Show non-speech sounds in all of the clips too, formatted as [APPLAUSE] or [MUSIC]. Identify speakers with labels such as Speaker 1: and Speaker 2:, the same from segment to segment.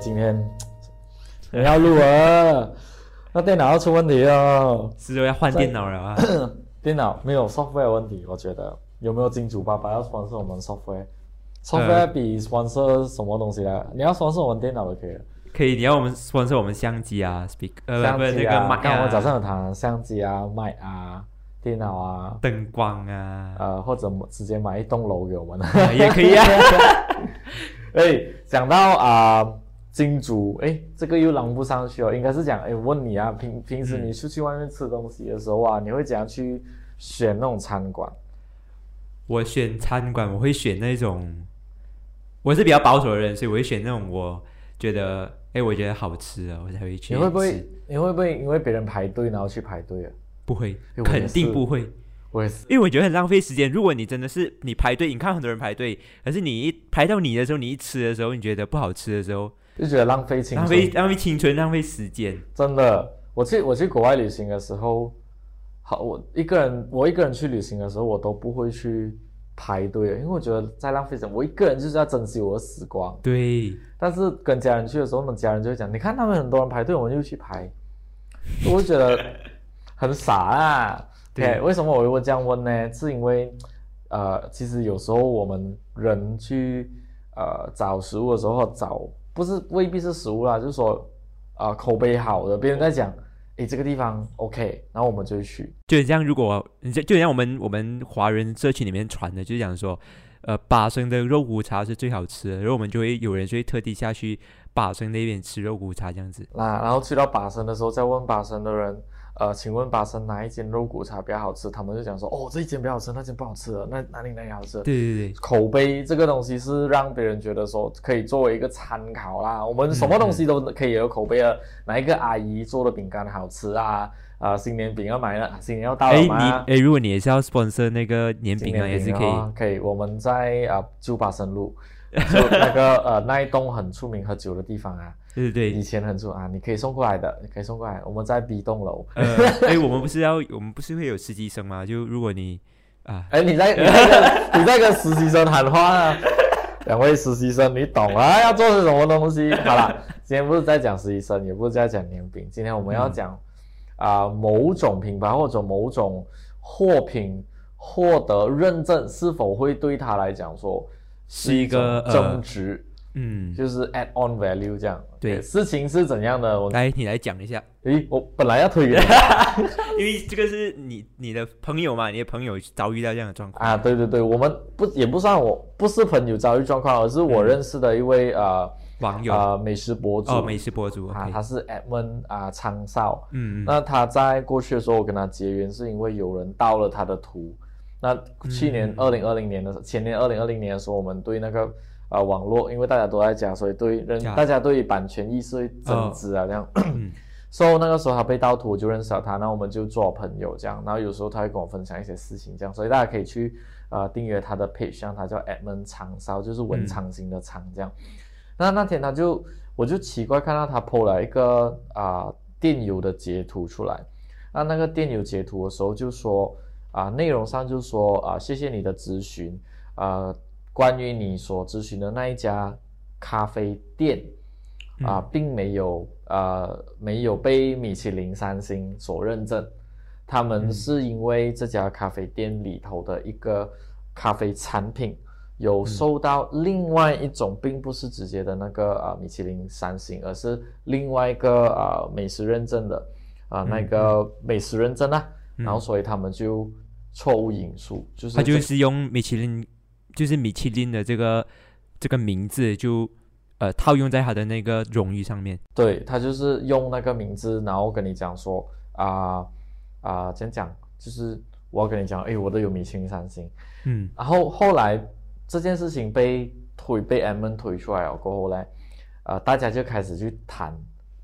Speaker 1: 今天你要录啊，那电脑要出问题哦。
Speaker 2: 是就要换电脑了啊？
Speaker 1: 电脑没有 software 的问题，我觉得有没有金主爸爸要 sponsor 我们 software？software
Speaker 2: 呃
Speaker 1: 比 sponsor 什么东西来？你要 sponsor 我们电脑就可以了。
Speaker 2: 可以，你要我们 sponsor 我们相机啊，speak 呃
Speaker 1: 相
Speaker 2: 不不那
Speaker 1: 机
Speaker 2: 个
Speaker 1: 啊，
Speaker 2: 麦
Speaker 1: 刚我早
Speaker 2: 啊，
Speaker 1: 上有谈相机啊、麦啊、电脑啊，
Speaker 2: 灯光啊，
Speaker 1: 呃，或者直接买一栋楼给我 [LAUGHS] 们。
Speaker 2: 啊也可以啊。
Speaker 1: 哎，讲到啊、金主，哎，这个又朗不上去哦，应该是讲，哎，我问你啊，平平时你出去外面吃东西的时候啊，你会怎样去选那种餐馆？
Speaker 2: 我选餐馆，我会选那种，我是比较保守的人，所以我会选那种我觉得，哎、我觉得好吃啊，我才会去吃。
Speaker 1: 你会不会？你会不会因为别人排队然后去排队啊？
Speaker 2: 不会
Speaker 1: 哎，我也
Speaker 2: 肯定
Speaker 1: 是
Speaker 2: 不会。
Speaker 1: 我也是，
Speaker 2: 因为我觉得很浪费时间。如果你真的是你排队，你看很多人排队，可是你一排到你的时候，你一吃的时候，你觉得不好吃的时候，
Speaker 1: 就觉得浪费青
Speaker 2: 浪
Speaker 1: 春啊
Speaker 2: 费。浪费青春，浪费时间。
Speaker 1: 真的，我去我去国外旅行的时候，好，我一个人我一个人去旅行的时候，我都不会去排队，因为我觉得在浪费时间。我一个人就是要珍惜我的时光。
Speaker 2: 对，
Speaker 1: 但是跟家人去的时候，呢，家人就会讲，你看他们很多人排队，我们就去排，我就觉得很傻啊。
Speaker 2: 对
Speaker 1: 对，为什么我会这样问呢？是因为，呃，其实有时候我们人去呃找食物的时候，找不是未必是食物啦，就是说，呃，口碑好的，别人在讲，诶，这个地方 OK，然后我们就会去。
Speaker 2: 就像如果你就就像我们我们华人社群里面传的，就是讲说，呃，巴生的肉骨茶是最好吃的，然后我们就会有人就会特地下去巴生那边吃肉骨茶这样子。
Speaker 1: 那然后去到巴生的时候，再问巴生的人，呃，请问巴生哪一间肉骨茶比较好吃？他们就讲说，哦，这一间比较好吃，那间不好吃了，那哪里哪里好吃？
Speaker 2: 对对对，
Speaker 1: 口碑这个东西是让别人觉得说可以作为一个参考啦。我们什么东
Speaker 2: 嗯
Speaker 1: 西都可以有口碑的，哪一个阿姨做的饼干好吃啊？啊、新年饼要买了，啊新年要到
Speaker 2: 哎
Speaker 1: 了嘛
Speaker 2: 你哎，如果你也是要 sponsor 那个年
Speaker 1: 今
Speaker 2: 饼
Speaker 1: 年
Speaker 2: 啊，也是可
Speaker 1: 饼
Speaker 2: 以
Speaker 1: 啊。可以，我们在啊旧巴生路，就那个呃那一栋很出名喝酒的地方啊，
Speaker 2: 对对
Speaker 1: 以
Speaker 2: 对。
Speaker 1: 前很出啊，你可以送过来的，你可以送过来。我们在 B 栋楼， [LAUGHS]
Speaker 2: 呃，哎，我们不是要，我们不是会有实习生吗？就如果你啊，
Speaker 1: 哎，你在你在跟你在跟实习生喊话
Speaker 2: [LAUGHS]
Speaker 1: 啊？两位实习生，你懂啊？要做些什么东西？好啦，今天不是在讲实习生，也不是在讲年饼，今天我们要讲
Speaker 2: 嗯
Speaker 1: 啊、某种品牌或者某种货品获得认证是否会对他来讲说
Speaker 2: 是一个
Speaker 1: 种
Speaker 2: 呃
Speaker 1: 增值，
Speaker 2: 嗯，
Speaker 1: 就是 add on value 这样。
Speaker 2: 对
Speaker 1: 事情是怎样的？我
Speaker 2: 来你来讲一下，
Speaker 1: 诶，我本来要推远
Speaker 2: 因为这个是你你的朋友嘛，你的朋友遭遇到这样的状况，
Speaker 1: 啊，对对对，我们不也不算我不是朋友遭遇状况，而是我认识的一位、呃。
Speaker 2: 网友
Speaker 1: 呃美食博主，
Speaker 2: 嗯哦，美食博主
Speaker 1: 啊，
Speaker 2: ，OK，
Speaker 1: 他是 Edmond 啊昌少。
Speaker 2: 嗯嗯，
Speaker 1: 那他在过去的时候，我跟他结缘，是因为有人盗了他的图。那去
Speaker 2: 嗯
Speaker 1: 年二零二零年的时候，前年二零二零年的时候，我们对那个呃网络，因为大家都在讲，所以对人
Speaker 2: 呀
Speaker 1: 大家对版权意识会
Speaker 2: 哦
Speaker 1: 增值啊，这样。
Speaker 2: 嗯
Speaker 1: 所以 so, 那个时候他被盗图，我就认识了他，那我们就做朋友这样。然后有时候他会跟我分享一些事情这样，所以大家可以去呃订阅他的 page，像他叫 Edmond 长烧，就是文
Speaker 2: 嗯
Speaker 1: 昌型的昌这样。那那天他就我就奇怪看到他 PO 了一个啊、电邮的截图出来，那那个电邮截图的时候就说啊、内容上就说啊、谢谢你的咨询，啊，关于你所咨询的那一家咖啡店啊、并没有呃没有被米其林三星所认证，他们
Speaker 2: 嗯
Speaker 1: 是因为这家咖啡店里头的一个咖啡产品。有
Speaker 2: 嗯
Speaker 1: 受到另外一种，并不是直接的那个呃米其林三星，而是另外一个呃美食认证的啊、呃那
Speaker 2: 嗯
Speaker 1: 个美食认证啊，
Speaker 2: 嗯
Speaker 1: 然后所以他们就错误引述，就是
Speaker 2: 他就
Speaker 1: 这
Speaker 2: 是用米其林，就是米其林的这个这个名字就呃套用在他的那个荣誉上面，
Speaker 1: 对他就是用那个名字，然后跟你讲说啊啊、这样讲，就是我要跟你讲，诶，我都有米其林三星，
Speaker 2: 嗯
Speaker 1: 然后后来这件事情被推被 M N 推出来了过后呢，呃，大家就开始去谈，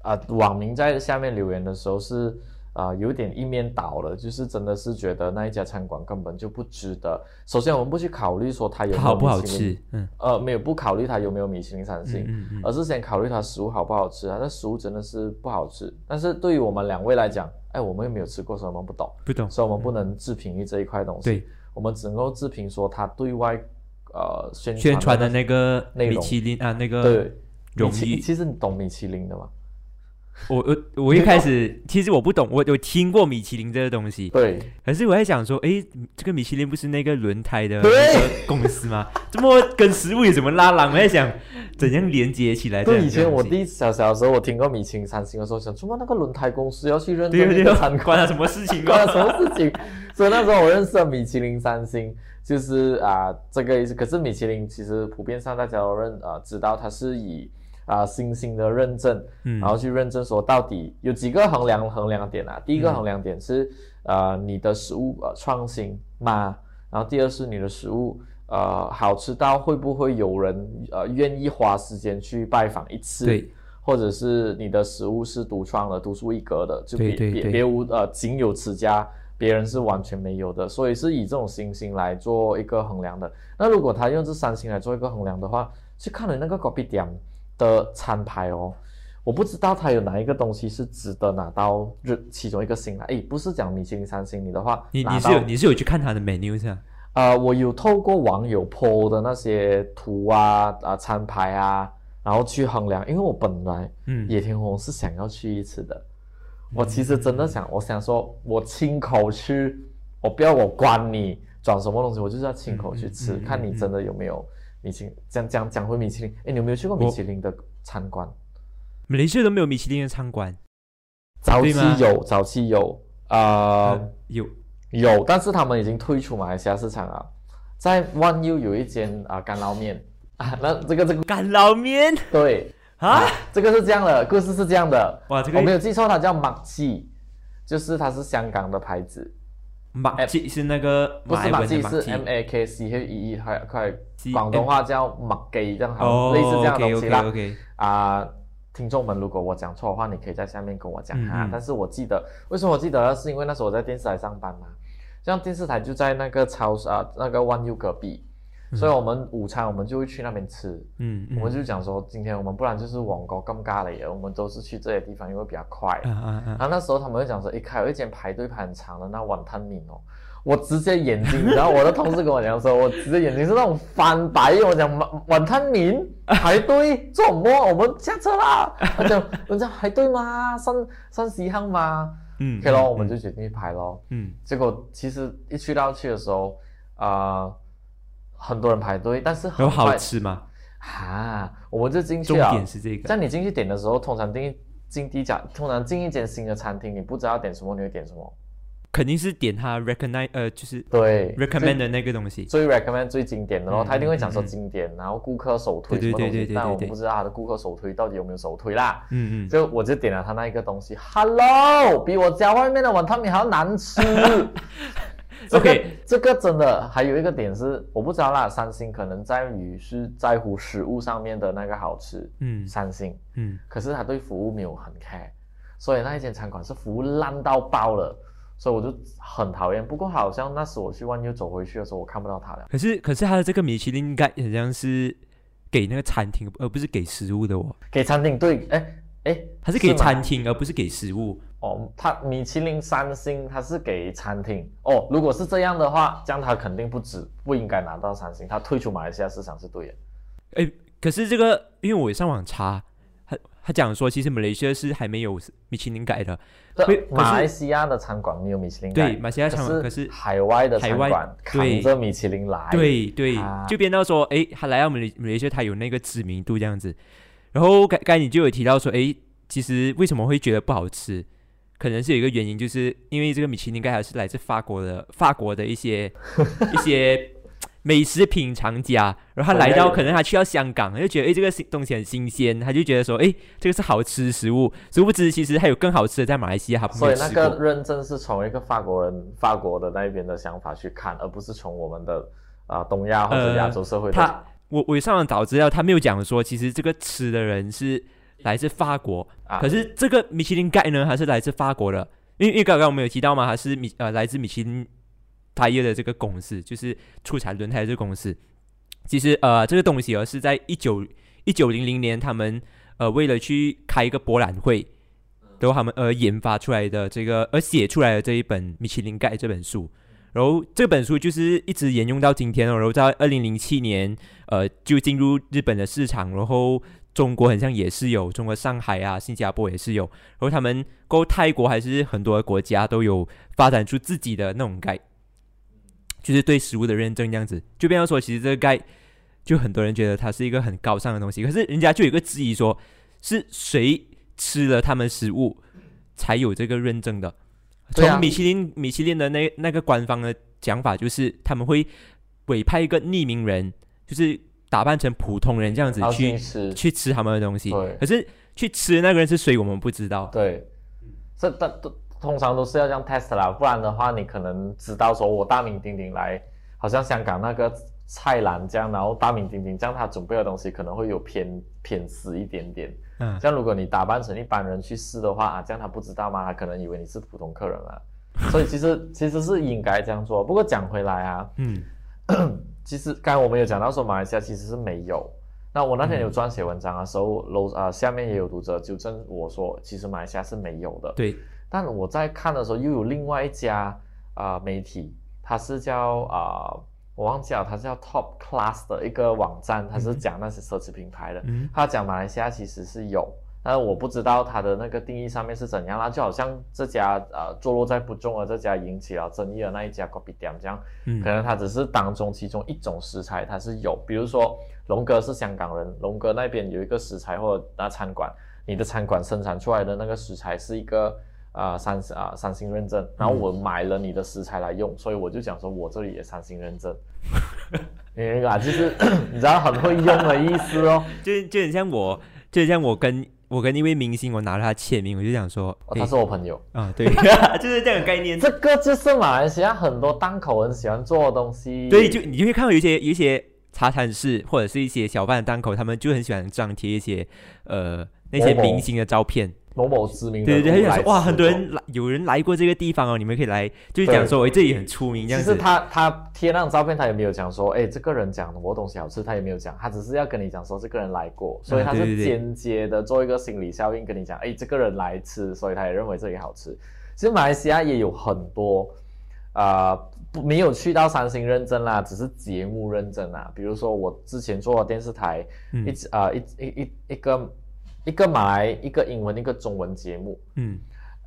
Speaker 1: 啊、网民在下面留言的时候是啊、呃有点一面倒了，就是真的是觉得那一家餐馆根本就不值得。首先，我们不去考虑说它有没有
Speaker 2: 它好不好
Speaker 1: 米其林
Speaker 2: 吃，，嗯
Speaker 1: 呃，没有不考虑它有没有米其林三星，
Speaker 2: 嗯嗯
Speaker 1: 而是先考虑它食物好不好吃啊。那食物真的是不好吃，但是对于我们两位来讲，哎，我们又没有吃过，所以我们不懂，
Speaker 2: 不懂，
Speaker 1: 所以我们不能置评于这一块东西。
Speaker 2: 对，
Speaker 1: 我们只能够置评说他对外呃宣
Speaker 2: 宣传的
Speaker 1: 那
Speaker 2: 那个
Speaker 1: 内
Speaker 2: 米
Speaker 1: 容
Speaker 2: 其林啊那个
Speaker 1: 对
Speaker 2: 容
Speaker 1: 米其
Speaker 2: 易。
Speaker 1: 其实你懂米其林的嘛？
Speaker 2: 我我我一开始其实我不懂，我有听过米其林这个东西，
Speaker 1: 对，
Speaker 2: 可是我在想说，诶，这个米其林不是那个轮胎的那
Speaker 1: 对
Speaker 2: 个公司吗？ [LAUGHS] 怎么跟食物有什么拉郎？我在想怎样连接起来这
Speaker 1: 就
Speaker 2: 两
Speaker 1: 以
Speaker 2: 个东西。
Speaker 1: 前我第一小小的时候，我听过米其林三星的时候，想什么那个轮胎公司要去认
Speaker 2: 对
Speaker 1: 证
Speaker 2: 对
Speaker 1: 那
Speaker 2: 对
Speaker 1: 个餐，
Speaker 2: 关他什么
Speaker 1: [LAUGHS]
Speaker 2: 事情
Speaker 1: 关
Speaker 2: 啊？
Speaker 1: 了什么事情？所以那时候我认识了米其林三星，就是啊、这个意思。可是米其林其实普遍上大家都认啊、知道它是以啊、星星的认证，
Speaker 2: 嗯
Speaker 1: 然后去认证说到底有几个衡量衡量点啊？第一个
Speaker 2: 嗯
Speaker 1: 衡量点是、呃你的食物呃创新吗？然后第二是你的食物呃好吃到会不会有人呃愿意花时间去拜访一次？
Speaker 2: 对，
Speaker 1: 或者是你的食物是独创的、独树一格的，就
Speaker 2: 对
Speaker 1: 别
Speaker 2: 对
Speaker 1: 别
Speaker 2: 对
Speaker 1: 别无呃仅有此家，别人是完全没有的，所以是以这种星星来做一个衡量的。那如果他用这三星来做一个衡量的话，去看了那个 copy 点的餐牌哦，我不知道它有哪一个东西是值得拿到日其中一个星来。诶，不是讲米其林三星，你的话
Speaker 2: 你
Speaker 1: 拿
Speaker 2: 你
Speaker 1: 到
Speaker 2: 是有你是有去看他的 menu 是吧？
Speaker 1: 呃，我有透过网友 PO 的那些图啊啊、餐牌啊，然后去衡量，因为我本来。
Speaker 2: 嗯，
Speaker 1: 野田红是想要去一次的。我其实真的想，我想说，我亲口去，我不要我关你转什么东西，我就是要亲口去吃，
Speaker 2: 嗯嗯嗯
Speaker 1: 看你真的有没有米其林。讲讲讲回米其林，哎，你有没有去过米其林的餐馆？
Speaker 2: 马来西亚都没有米其林的餐馆，
Speaker 1: 早期
Speaker 2: 对吗
Speaker 1: 有，早期有，啊、
Speaker 2: 呃有
Speaker 1: 有，但是他们已经退出马来西亚市场了。在万佑有一间啊、干捞面啊，那这个这个
Speaker 2: 干捞面
Speaker 1: 对
Speaker 2: 啊！
Speaker 1: 这个是这样的，故事是这样的。
Speaker 2: 哇，这
Speaker 1: 我没
Speaker 2: 个
Speaker 1: 有记错，它叫 Maxi，就是它是香港的牌子，
Speaker 2: 马记是那个
Speaker 1: 不
Speaker 2: 马
Speaker 1: 是
Speaker 2: 来文的
Speaker 1: Maxi，
Speaker 2: 马
Speaker 1: 是
Speaker 2: 记
Speaker 1: M A K C H E E，还有快
Speaker 2: C-
Speaker 1: 广东话叫 m a g 这样好，
Speaker 2: 哦，
Speaker 1: 类似这样的东西
Speaker 2: OK
Speaker 1: 啦。
Speaker 2: OK OK，
Speaker 1: 啊、听众们，如果我讲错的话，你可以在下面跟我讲哈。
Speaker 2: 嗯嗯
Speaker 1: 但是我记得，为什么我记得？是因为那时候我在电视台上班嘛，这样电视台就在那个超市啊、那个 One U 隔壁，所以我们午餐我们就会去那边吃。
Speaker 2: 嗯，
Speaker 1: 我们
Speaker 2: 嗯
Speaker 1: 就讲说，今天我们不然就是网购尴尬了耶，我们都是去这些地方，因为比较快。
Speaker 2: 啊啊啊，
Speaker 1: 然后那时候他们会讲说，一开有一间排队排很长的那碗汤面哦，我直接眼睛，然后我的同事跟我讲说，我直接眼睛是那种翻白，因为我讲碗碗汤面
Speaker 2: [LAUGHS]
Speaker 1: 排队做什么？我们下车啦！他讲人家排队吗？三三十一行吗
Speaker 2: 嗯
Speaker 1: ？OK 咯，
Speaker 2: 嗯
Speaker 1: 我们就决定去排咯。
Speaker 2: 嗯
Speaker 1: 结果其实一去到去的时候，啊、很多人排队，但是很
Speaker 2: 有好
Speaker 1: 快
Speaker 2: 吃吗？
Speaker 1: 啊，我们就进去
Speaker 2: 重
Speaker 1: 了。
Speaker 2: 点是这个，
Speaker 1: 像你进去点的时候，通常进一进第一家，通常进一间新的餐厅，你不知道点什么，你会点什么？
Speaker 2: 肯定是点他 recognize 呃就是
Speaker 1: 对
Speaker 2: recommend 的那个东西，
Speaker 1: 最最 recommend 最经典的咯，
Speaker 2: 嗯
Speaker 1: 他一定会讲说
Speaker 2: 嗯嗯
Speaker 1: 经典，然后顾客首推什
Speaker 2: 对对
Speaker 1: 么东
Speaker 2: 对对
Speaker 1: 西
Speaker 2: 对，
Speaker 1: 但
Speaker 2: 对
Speaker 1: 我们
Speaker 2: 对
Speaker 1: 不知道他的顾客首推到底有没有首推啦。
Speaker 2: 嗯嗯，
Speaker 1: 就我就点了他那一个东西，Hello，比我家外面的碗汤面还要难
Speaker 2: [LAUGHS]
Speaker 1: 吃。这个
Speaker 2: OK
Speaker 1: 这个真的还有一个点是，我不知道啦，三星可能在于是在乎食物上面的那个好吃，
Speaker 2: 嗯
Speaker 1: 三星。
Speaker 2: 嗯
Speaker 1: 可是他对服务没有很 care，所以那一间餐馆是服务烂到爆了，所以我就很讨厌。不过好像那时我去万佑走回去的时候，我看不到他了。
Speaker 2: 可是可是他的这个米其林应该很像是给那个餐厅，而不是给食物的哦。
Speaker 1: 给餐厅对，哎哎，
Speaker 2: 它是给
Speaker 1: 吗
Speaker 2: 餐厅，而不是给食物。
Speaker 1: 哦，他米其林三星，他是给餐厅哦。如果是这样的话，这样他肯定不止不应该拿到三星，他退出马来西亚市场是对的。
Speaker 2: 可是这个，因为我上网查，他他讲说，其实马来西亚是还没有米其林改的，会
Speaker 1: 对，
Speaker 2: 可是
Speaker 1: 马来西亚的餐馆没有米其林
Speaker 2: 对，
Speaker 1: 盖，
Speaker 2: 马来西亚餐馆可
Speaker 1: 可
Speaker 2: 是
Speaker 1: 是海外的餐
Speaker 2: 海
Speaker 1: 馆
Speaker 2: 外对
Speaker 1: 扛着米其林来，
Speaker 2: 对对
Speaker 1: 啊，
Speaker 2: 就变到说，诶，他来到马来马来西亚，他有那个知名度这样子。然后刚刚才你就有提到说，诶，其实为什么会觉得不好吃，可能是有一个原因，就是因为这个米其林盖还是来自法国的，法国的一
Speaker 1: [LAUGHS]
Speaker 2: 些一些美食品尝家，然后他来到可能他去到香港，他就觉得诶，这个新东西很新鲜，他就觉得说，诶，这个是好吃的食物，殊不知其实还有更好吃的在马来西亚，他没
Speaker 1: 所
Speaker 2: 有
Speaker 1: 以那
Speaker 2: 吃
Speaker 1: 个
Speaker 2: 过。
Speaker 1: 认证是从一个法国人、法国的那边的想法去看，而不是从我们的啊、呃东亚或者亚洲社会的。
Speaker 2: 他我我上网找资料，他没有讲说，其实这个吃的人是来自法国，
Speaker 1: 啊
Speaker 2: 可是这个米其林盖呢，还是来自法国的，因为因为刚刚我们有提到嘛，它是米呃来自米其林他业的这个公司，就是出产轮胎的这个公司。其实呃这个东西哦是在一九一九零零年，他们呃为了去开一个博览会，然后他们呃研发出来的这个而写出来的这一本《米其林盖》这本书。然后这本书就是一直沿用到今天哦，然后在二零零七年，呃，就进入日本的市场，然后中国很像也是有，中国上海啊、新加坡也是有，然后他们够泰国还是很多国家都有发展出自己的那种 guide，就是对食物的认证这样子。就变成说，其实这个 guide 就很多人觉得它是一个很高尚的东西，可是人家就有一个质疑说，是谁吃了他们食物才有这个认证的？
Speaker 1: 对啊
Speaker 2: 从米其林米其林的那那个官方的讲法，就是他们会委派一个匿名人，就是打扮成普通人这样子
Speaker 1: 然后
Speaker 2: 去
Speaker 1: 去吃，
Speaker 2: 去吃他们的东西。
Speaker 1: 对
Speaker 2: 可是去吃的那个人是谁，我们不知道。
Speaker 1: 对，这但都通常都是要这样 test 啦，不然的话你可能知道说我大名鼎鼎来，好像香港那个菜篮这样，然后大名鼎鼎这样，他准备的东西可能会有偏偏私一点点。
Speaker 2: 嗯，
Speaker 1: 像如果你打扮成一般人去试的话啊，这样他不知道吗？他可能以为你是普通客人啊。所以其实其实是应该这样做。不过讲回来啊，
Speaker 2: 嗯，
Speaker 1: 其实刚才我们有讲到说马来西亚其实是没有。那我那天有撰写文章的时候，楼啊、下面也有读者纠正我说，其实马来西亚是没有的。
Speaker 2: 对，
Speaker 1: 但我在看的时候，又有另外一家啊、呃媒体，它是叫啊、呃我忘记了，它是叫 Top Class 的一个网站，它是讲那些奢侈品牌的。
Speaker 2: 嗯
Speaker 1: 他讲马来西亚其实是有，但是我不知道它的那个定义上面是怎样啦。就好像这家呃坐落在不中的这家引起了争议的那一家 Kopi 店这样，可
Speaker 2: 嗯
Speaker 1: 能它只是当中其中一种食材它是有，比如说龙哥是香港人，龙哥那边有一个食材或者那餐馆，你的餐馆生产出来的那个食材是一个。啊、三啊、三星认
Speaker 2: 嗯
Speaker 1: 证，然后我买了你的食材来用，所以我就讲说，我这里也三星认证， [LAUGHS] 你明白吧？就是 [COUGHS] 你知道很会用的意思
Speaker 2: [LAUGHS]
Speaker 1: 哦。
Speaker 2: 就就很像我，就很像我跟我跟一位明星，我拿了他签名，我就想说，
Speaker 1: 哦，
Speaker 2: 诶
Speaker 1: 他是我朋友。
Speaker 2: 啊，
Speaker 1: [LAUGHS]
Speaker 2: 对， [LAUGHS] 就是这样的概念。
Speaker 1: 这个就是马来西亚很多档口很喜欢做的东西。
Speaker 2: 对，就你就会看到有一些有一些茶餐室或者是一些小贩档口，他们就很喜欢张贴一些呃那些
Speaker 1: 某某
Speaker 2: 明星的照片。
Speaker 1: 某某知名的
Speaker 2: 对对对，他
Speaker 1: 人
Speaker 2: 就
Speaker 1: 来
Speaker 2: 想
Speaker 1: 吃
Speaker 2: 说
Speaker 1: 过
Speaker 2: 哇，很多人来，有人来过这个地方哦，你们可以来，就是讲说，哎，这里很出名这
Speaker 1: 其
Speaker 2: 样
Speaker 1: 实
Speaker 2: 子。
Speaker 1: 他他贴那张照片，他也没有讲说，哎，这个人讲我东西好吃，他也没有讲，他只是要跟你讲说这个人来过，所以
Speaker 2: 啊
Speaker 1: 他
Speaker 2: 对对
Speaker 1: 是
Speaker 2: 对
Speaker 1: 间接的做一个心理效应，跟你讲，哎，这个人来吃，所以他也认为这里好吃。其实马来西亚也有很多，啊、不没有去到三星认证啦，只是节目认证啦。比如说我之前做的电视台，
Speaker 2: 嗯
Speaker 1: 一啊、一一一一个一个马来一个英文一个中文节目，
Speaker 2: 嗯，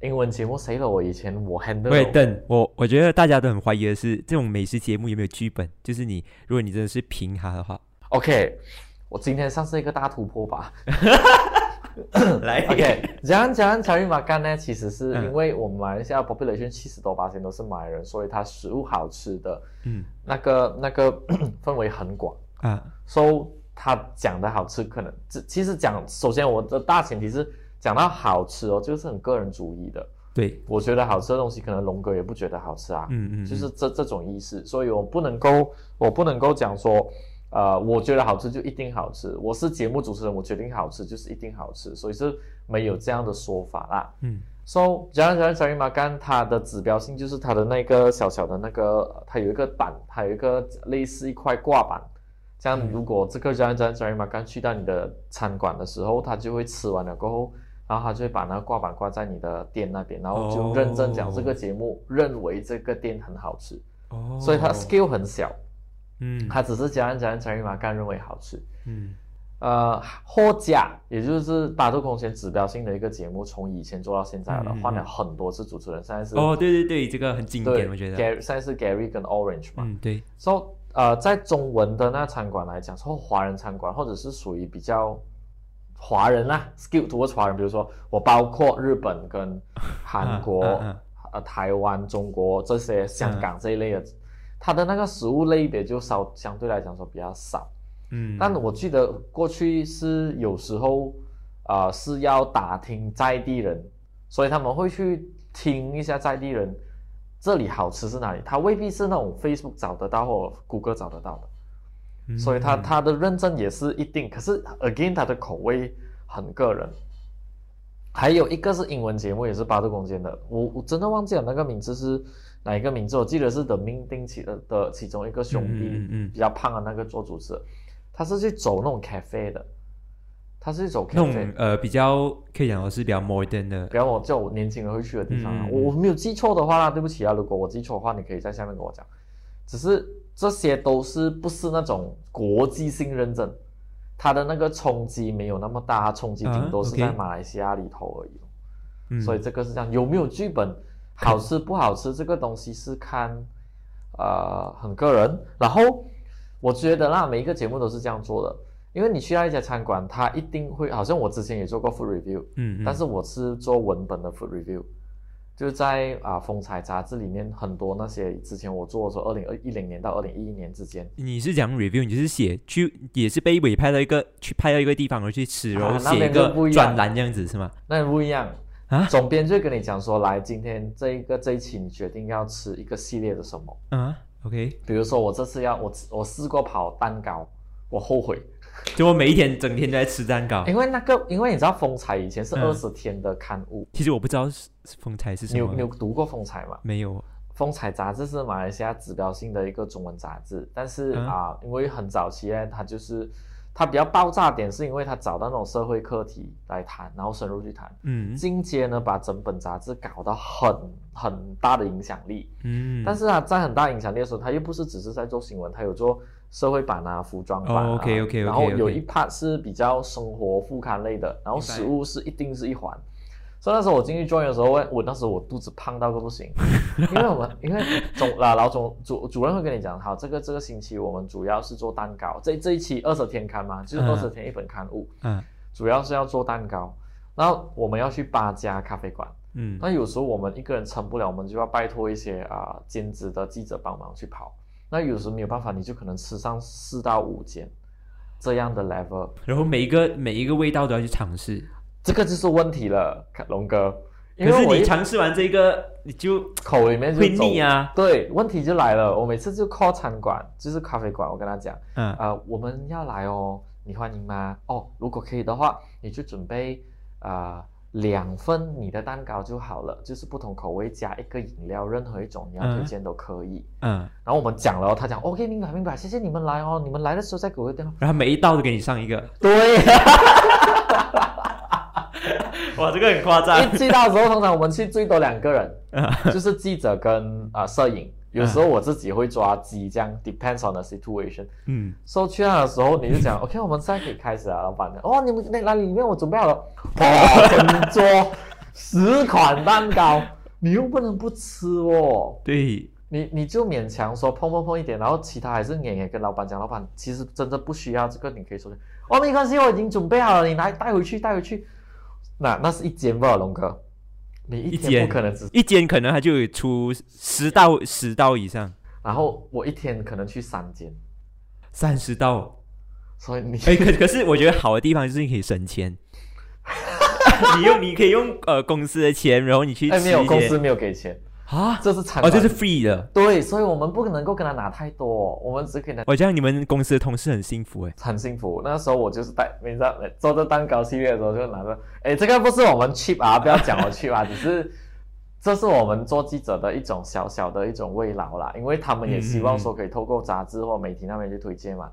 Speaker 1: 英文节目谁了？我以前我 handle
Speaker 2: 喂，邓，我我觉得大家都很怀疑的是，这种美食节目有没有剧本？就是你，如果你真的是评它
Speaker 1: [LAUGHS]
Speaker 2: 的话，
Speaker 1: OK，我今天算是一个大突破吧。
Speaker 2: 来
Speaker 1: [LAUGHS] OK，讲讲乔伊马干呢，其实是
Speaker 2: 嗯
Speaker 1: 因为我们马来西亚 population 七十多八千都是马来人，所以它食物好吃的
Speaker 2: 嗯
Speaker 1: 那个那个 [COUGHS] 氛围很广。
Speaker 2: 啊，
Speaker 1: so 他讲的好吃，可能这其实讲，首先我的大前提是讲到好吃哦，这个是很个人主义的。
Speaker 2: 对，
Speaker 1: 我觉得好吃的东西，可能龙哥也不觉得好吃啊。
Speaker 2: 嗯嗯，
Speaker 1: 就是这这种意思，所以我不能够，我不能够讲说，呃，我觉得好吃就一定好吃，我是节目主持人，我决定好吃就是一定好吃，所以是没有这样的说法啦。
Speaker 2: 嗯
Speaker 1: So，讲讲小鱼马干，它的指标性就是它的那个小小的那个，呃它有一个板，它有一个类似一块挂板。这样，如果这个讲讲小鱼马干去到你的餐馆的时候，它就会吃完了过后，然后它就会把那个挂板挂在你的店那边，然后就认证讲这个节目认为这个店很好吃，
Speaker 2: 哦，
Speaker 1: 所以它 skill 很小，
Speaker 2: 嗯
Speaker 1: 它只是讲讲小鱼马干认为好吃。
Speaker 2: 嗯
Speaker 1: 呃，获奖，也就是打出空前指标性的一个节目，从以前做到现在了，
Speaker 2: 嗯嗯嗯
Speaker 1: 换了很多次主持人，现在是
Speaker 2: 哦，对对对，这个很经
Speaker 1: 对
Speaker 2: 典，我觉得，
Speaker 1: ，Gary 现在是 Gary 跟 Orange 嘛，
Speaker 2: 嗯对，
Speaker 1: 所以、呃，在中文的那餐馆来讲，说华人餐馆或者是属于比较华人啦，skill towards 华人，比如说我包括日本跟韩国、
Speaker 2: 嗯嗯
Speaker 1: 呃台湾、中国这些香港这一类的，它的那个食物类别就稍相对来讲说比较少。
Speaker 2: 嗯，
Speaker 1: 但我记得过去是有时候，啊是要打听在地人，所以他们会去听一下在地人这里好吃是哪里，他未必是那种 Facebook 找得到或谷歌找得到的，
Speaker 2: 嗯
Speaker 1: 所以他他的认证也是一定。可是 again，他的口味很个人。还有一个是英文节目，也是八度空间的，我我真的忘记了那个名字是哪一个名字，我记得是 The Ming 丁起的的其中一个兄弟，
Speaker 2: 嗯嗯嗯嗯
Speaker 1: 比较胖的那个做主持人，他是去走那种 cafe 的，他是去走
Speaker 2: 那种
Speaker 1: cafe，
Speaker 2: 呃比较可以讲说是比较 modern 的，
Speaker 1: 比方我叫我年轻人会去的地方啊
Speaker 2: 嗯嗯。嗯
Speaker 1: 我我没有记错的话啦，对不起啊，如果我记错的话，你可以在下面跟我讲。只是这些都是不是那种国际性认证，它的那个冲击没有那么大，它冲击
Speaker 2: 啊
Speaker 1: 顶多是在
Speaker 2: OK
Speaker 1: 马来西亚里头而已。
Speaker 2: 嗯，
Speaker 1: 所以这个是这样，有没有剧本，好吃不好吃，这个东西是看呃很个人。然后我觉得啦，每一个节目都是这样做的，因为你去到一家餐馆，它一定会，好像我之前也做过 food review，
Speaker 2: 嗯，嗯
Speaker 1: 但是我是做文本的 food review，就是在啊、风采杂志里面很多那些之前我做的时候，二零二呃一零年到二零一一年之间，
Speaker 2: 你是讲 review，你就是写去也是被委派到一个去派到一个地方而去吃，
Speaker 1: 啊
Speaker 2: 然后
Speaker 1: 那
Speaker 2: 写
Speaker 1: 边
Speaker 2: 一
Speaker 1: 就
Speaker 2: 个
Speaker 1: 不一样
Speaker 2: 专栏这样子是吗？
Speaker 1: 那不一样
Speaker 2: 啊
Speaker 1: 总编就会跟你讲说，来，今天这一个这一期你决定要吃一个系列的什么。
Speaker 2: 啊，OK，
Speaker 1: 比如说我这次要我我试过跑蛋糕，我后悔，
Speaker 2: 就我每一天整天都在吃蛋糕。
Speaker 1: 因为那个因为你知道风采以前是
Speaker 2: 啊嗯
Speaker 1: 二十天的刊物，
Speaker 2: 其实我不知道是是风采是什
Speaker 1: 你有你有
Speaker 2: 么，
Speaker 1: 读过风采吗？
Speaker 2: 没有，
Speaker 1: 风采杂志是马来西亚指标性的一个中文杂志，但是
Speaker 2: 嗯
Speaker 1: 啊、因为很早期呢，它就是它比较爆炸点，是因为它找到那种社会课题来谈，然后深入去谈。
Speaker 2: 嗯
Speaker 1: 进阶呢，把整本杂志搞到很很大的影响力，
Speaker 2: 嗯，
Speaker 1: 但是啊，在很大影响力的时候，他又不是只是在做新闻，他有做社会版啊、服装版啊。
Speaker 2: 哦，OK，OK，OK，OK
Speaker 1: 然后有一 part 是比较生活副刊类的，然后食物
Speaker 2: [LAUGHS]
Speaker 1: 是一定是一环。所以那时候我进去 join 的时候，我我那时候我肚子胖到个不行，因为我们因为总啊老总主主任会跟你讲，好，这个这个星期我们主要是做蛋糕，这这一期二十天刊嘛，就是
Speaker 2: 嗯
Speaker 1: 二十天一本刊物，
Speaker 2: 啊
Speaker 1: 主要是要做蛋糕。然后我们要去八家咖啡馆，
Speaker 2: 嗯
Speaker 1: 那有时候我们一个人撑不了，我们就要拜托一些啊、兼职的记者帮忙去跑。那有时候没有办法，你就可能吃上四到五间这样的 level，
Speaker 2: 然后每一个每一个味道都要去尝试，
Speaker 1: 这个就是问题了，看龙哥。因
Speaker 2: 可是
Speaker 1: 为我
Speaker 2: 你
Speaker 1: 一
Speaker 2: 尝试完这个你就
Speaker 1: 口里面就
Speaker 2: 会
Speaker 1: 走
Speaker 2: 腻。啊，
Speaker 1: 对，问题就来了。我每次就 call 餐馆，就是咖啡馆，我跟他讲，
Speaker 2: 嗯
Speaker 1: 啊，我们要来哦，你欢迎吗？哦，如果可以的话，你就准备啊、两份你的蛋糕就好了，就是不同口味加一个饮料，任何一种你要推
Speaker 2: 嗯
Speaker 1: 荐都可以。
Speaker 2: 嗯，
Speaker 1: 然后我们讲了哦，他讲 OK，明白明白，谢谢你们来哦，你们来的时候再给我个电话。
Speaker 2: 然后每一道都给你上
Speaker 1: [LAUGHS]
Speaker 2: 一个，
Speaker 1: 对，
Speaker 2: 哇，这个很夸张
Speaker 1: 一寄到的时候，通常我们去最多两个人，
Speaker 2: 啊
Speaker 1: 就是记者跟啊、呃摄影。有时候我自己会抓鸡，这样 depends on the situation。
Speaker 2: [LAUGHS] 嗯，
Speaker 1: 收去那的时候，你就讲 OK，我们现在可以开始了，老板。哦，你们那那里面我准备好了，哇，整桌十款蛋糕，你又不能不吃哦。
Speaker 2: 对，
Speaker 1: 你你就勉强说碰碰碰一点，然后其他还是演也跟老板讲，老板其实真的不需要这个，你可以说哦没关系，我已经准备好了，你拿带回去带回去。那那是一间吧，龙哥，你一
Speaker 2: 一
Speaker 1: 天
Speaker 2: 间
Speaker 1: 不可能只，
Speaker 2: 一间可能它就有出十道十道以上，
Speaker 1: 然后我一天可能去三间，
Speaker 2: 三十道。
Speaker 1: 所以你
Speaker 2: 哎、可可是我觉得好的地方就是你可以省钱，你用你可以用呃公司的钱，然后你去
Speaker 1: [LAUGHS]
Speaker 2: 吃
Speaker 1: 哎
Speaker 2: 一
Speaker 1: 没有
Speaker 2: 些
Speaker 1: 公司没有给钱，
Speaker 2: 啊，
Speaker 1: 这是餐
Speaker 2: 哦
Speaker 1: 馆
Speaker 2: 这是 free 的，
Speaker 1: 对，所以我们不能够跟他拿太多，我们只可以拿
Speaker 2: 我这样你们公司的同事很幸福哎，
Speaker 1: 很幸福。那时候我就是带，你知道，做这蛋糕系列的时候就拿着，哎，这个不是我们 cheap 啊，不要讲我 cheap 啊，只是这是我们做记者的一种小小的一种慰劳啦，因为他们也希望说可以透过杂志或媒体那边去推荐嘛。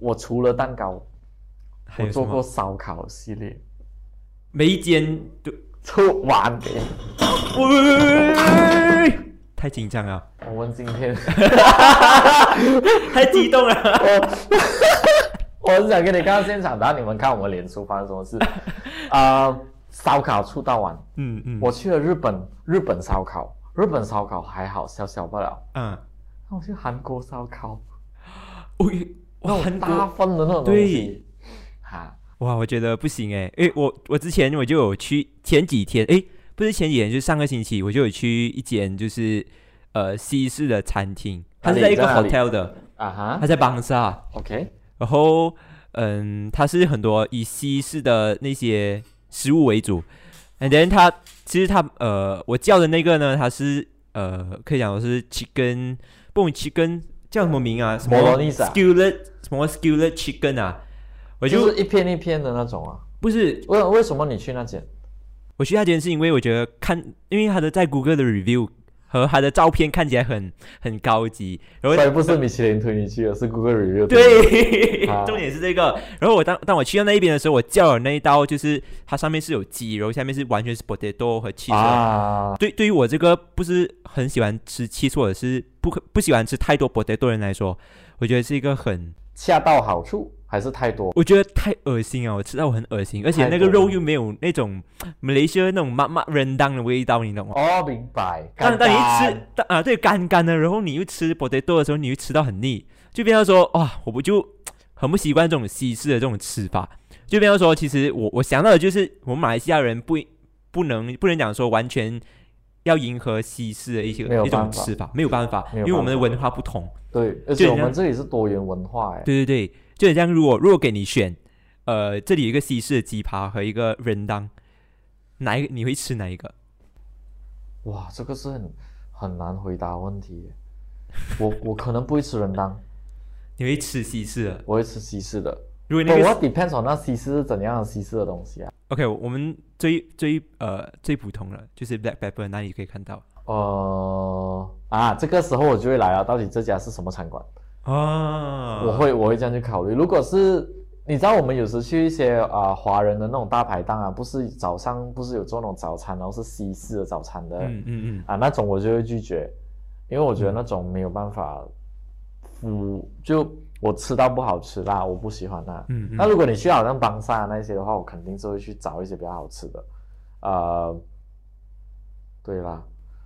Speaker 1: 我除了蛋糕，
Speaker 2: 还
Speaker 1: 我
Speaker 2: 有什
Speaker 1: 做过
Speaker 2: 么？
Speaker 1: 烧烤系列，
Speaker 2: 每一间都，
Speaker 1: 出完。
Speaker 2: 喂，太紧张了，
Speaker 1: 我们今天， [LAUGHS]
Speaker 2: 太激动了，
Speaker 1: 我很想给你看到现场，然后你们看我们脸书发生什么事啊、烧烤出到完。
Speaker 2: 嗯嗯，
Speaker 1: 我去了日本，日本烧烤，日本烧烤还好，小小不了。
Speaker 2: 嗯，
Speaker 1: 那我去韩国烧烤，
Speaker 2: 喂，
Speaker 1: 那
Speaker 2: 哇，很
Speaker 1: 种大
Speaker 2: 多
Speaker 1: 份的那种东西，哈，
Speaker 2: 哇，我觉得不行哎，哎，我我之前我就有去前几天哎，不是前几天，就是上个星期我就有去一间就是呃西式的餐厅，它是
Speaker 1: 哪
Speaker 2: 在
Speaker 1: 里
Speaker 2: 一个
Speaker 1: 在哪里
Speaker 2: hotel 的。
Speaker 1: 啊哈
Speaker 2: 他在邦萨，
Speaker 1: ，OK，
Speaker 2: 然后嗯，他是很多以西式的那些食物为主，and then 他其实他呃，我叫的那个呢，他是呃，可以讲我是 chicken，不懂 chicken 叫什么名啊？什么
Speaker 1: Bolognese 啊
Speaker 2: skillet 什么 skillet chicken 啊？我
Speaker 1: 我
Speaker 2: 就、
Speaker 1: 就是一片一片的那种啊。
Speaker 2: 不是
Speaker 1: 为为什么你去那间？
Speaker 2: 我去那间是因为我觉得看，因为他的在谷歌的 review 和他的照片看起来很很高级，然后
Speaker 1: 所以不是米其林推你去的，是 Google Review 推你去。
Speaker 2: [LAUGHS] 对
Speaker 1: 啊，
Speaker 2: 重点是这个。然后我当当我去到那一边的时候，我叫了那一道，就是它上面是有鸡，然后下面是完全是 potato 和 cheese 的。
Speaker 1: 啊，
Speaker 2: 对，对于我这个不是很喜欢吃 cheese 或者是不可不喜欢吃太多 potato 的人来说，我觉得是一个很
Speaker 1: 恰到好处。还是太多？
Speaker 2: 我觉得太恶心啊！我吃到我很恶心，而且那个
Speaker 1: 太多了
Speaker 2: 肉又没有那种马来西亚那种麻麻rendang 的味道，你懂吗？
Speaker 1: 哦，明白。
Speaker 2: 但
Speaker 1: 干
Speaker 2: 但你一
Speaker 1: 干
Speaker 2: 吃，但啊对，干干的，然后你又吃 potato 的时候，你又吃到很腻，就变成说哇，我不就很不习惯这种西式的这种吃法，就变成说，其实我我想到的就是，我们马来西亚人不不能不能讲说完全要迎合西式的一些
Speaker 1: 没有
Speaker 2: 一种
Speaker 1: 办法
Speaker 2: 吃法，没有办法，
Speaker 1: 没有
Speaker 2: 因为我们的
Speaker 1: 办法
Speaker 2: 文化不同。
Speaker 1: 对，而且我
Speaker 2: 人家
Speaker 1: 们这里是多元文化哎。
Speaker 2: 对对对，就很像如果如果给你选，呃，这里有一个西式的鸡扒和一个人当，哪一个你会吃哪一个？
Speaker 1: 哇，这个是很很难回答的问题耶。我我可能不会吃人当，
Speaker 2: 你会吃西式的？
Speaker 1: 我会吃西式的。
Speaker 2: 如果
Speaker 1: 不，
Speaker 2: 那
Speaker 1: 我
Speaker 2: 个
Speaker 1: 要 depends on 那西式是怎样的西式的东西啊？
Speaker 2: OK，我们最最呃最普通了，就是 black pepper，那里可以看到
Speaker 1: 呃啊，这个时候我就会来了，到底这家是什么餐馆？
Speaker 2: 啊
Speaker 1: 我会我会这样去考虑。如果是你知道，我们有时去一些啊、华人的那种大排档啊，不是早上不是有做那种早餐，然后是西式的早餐的、
Speaker 2: 嗯嗯嗯，
Speaker 1: 啊，那种我就会拒绝，因为我觉得那种没有办法，嗯，就我吃到不好吃啦，我不喜欢啦。
Speaker 2: 嗯嗯
Speaker 1: 那如果你去好像邦萨啊那些的话，我肯定是会去找一些比较好吃的，呃，对啦，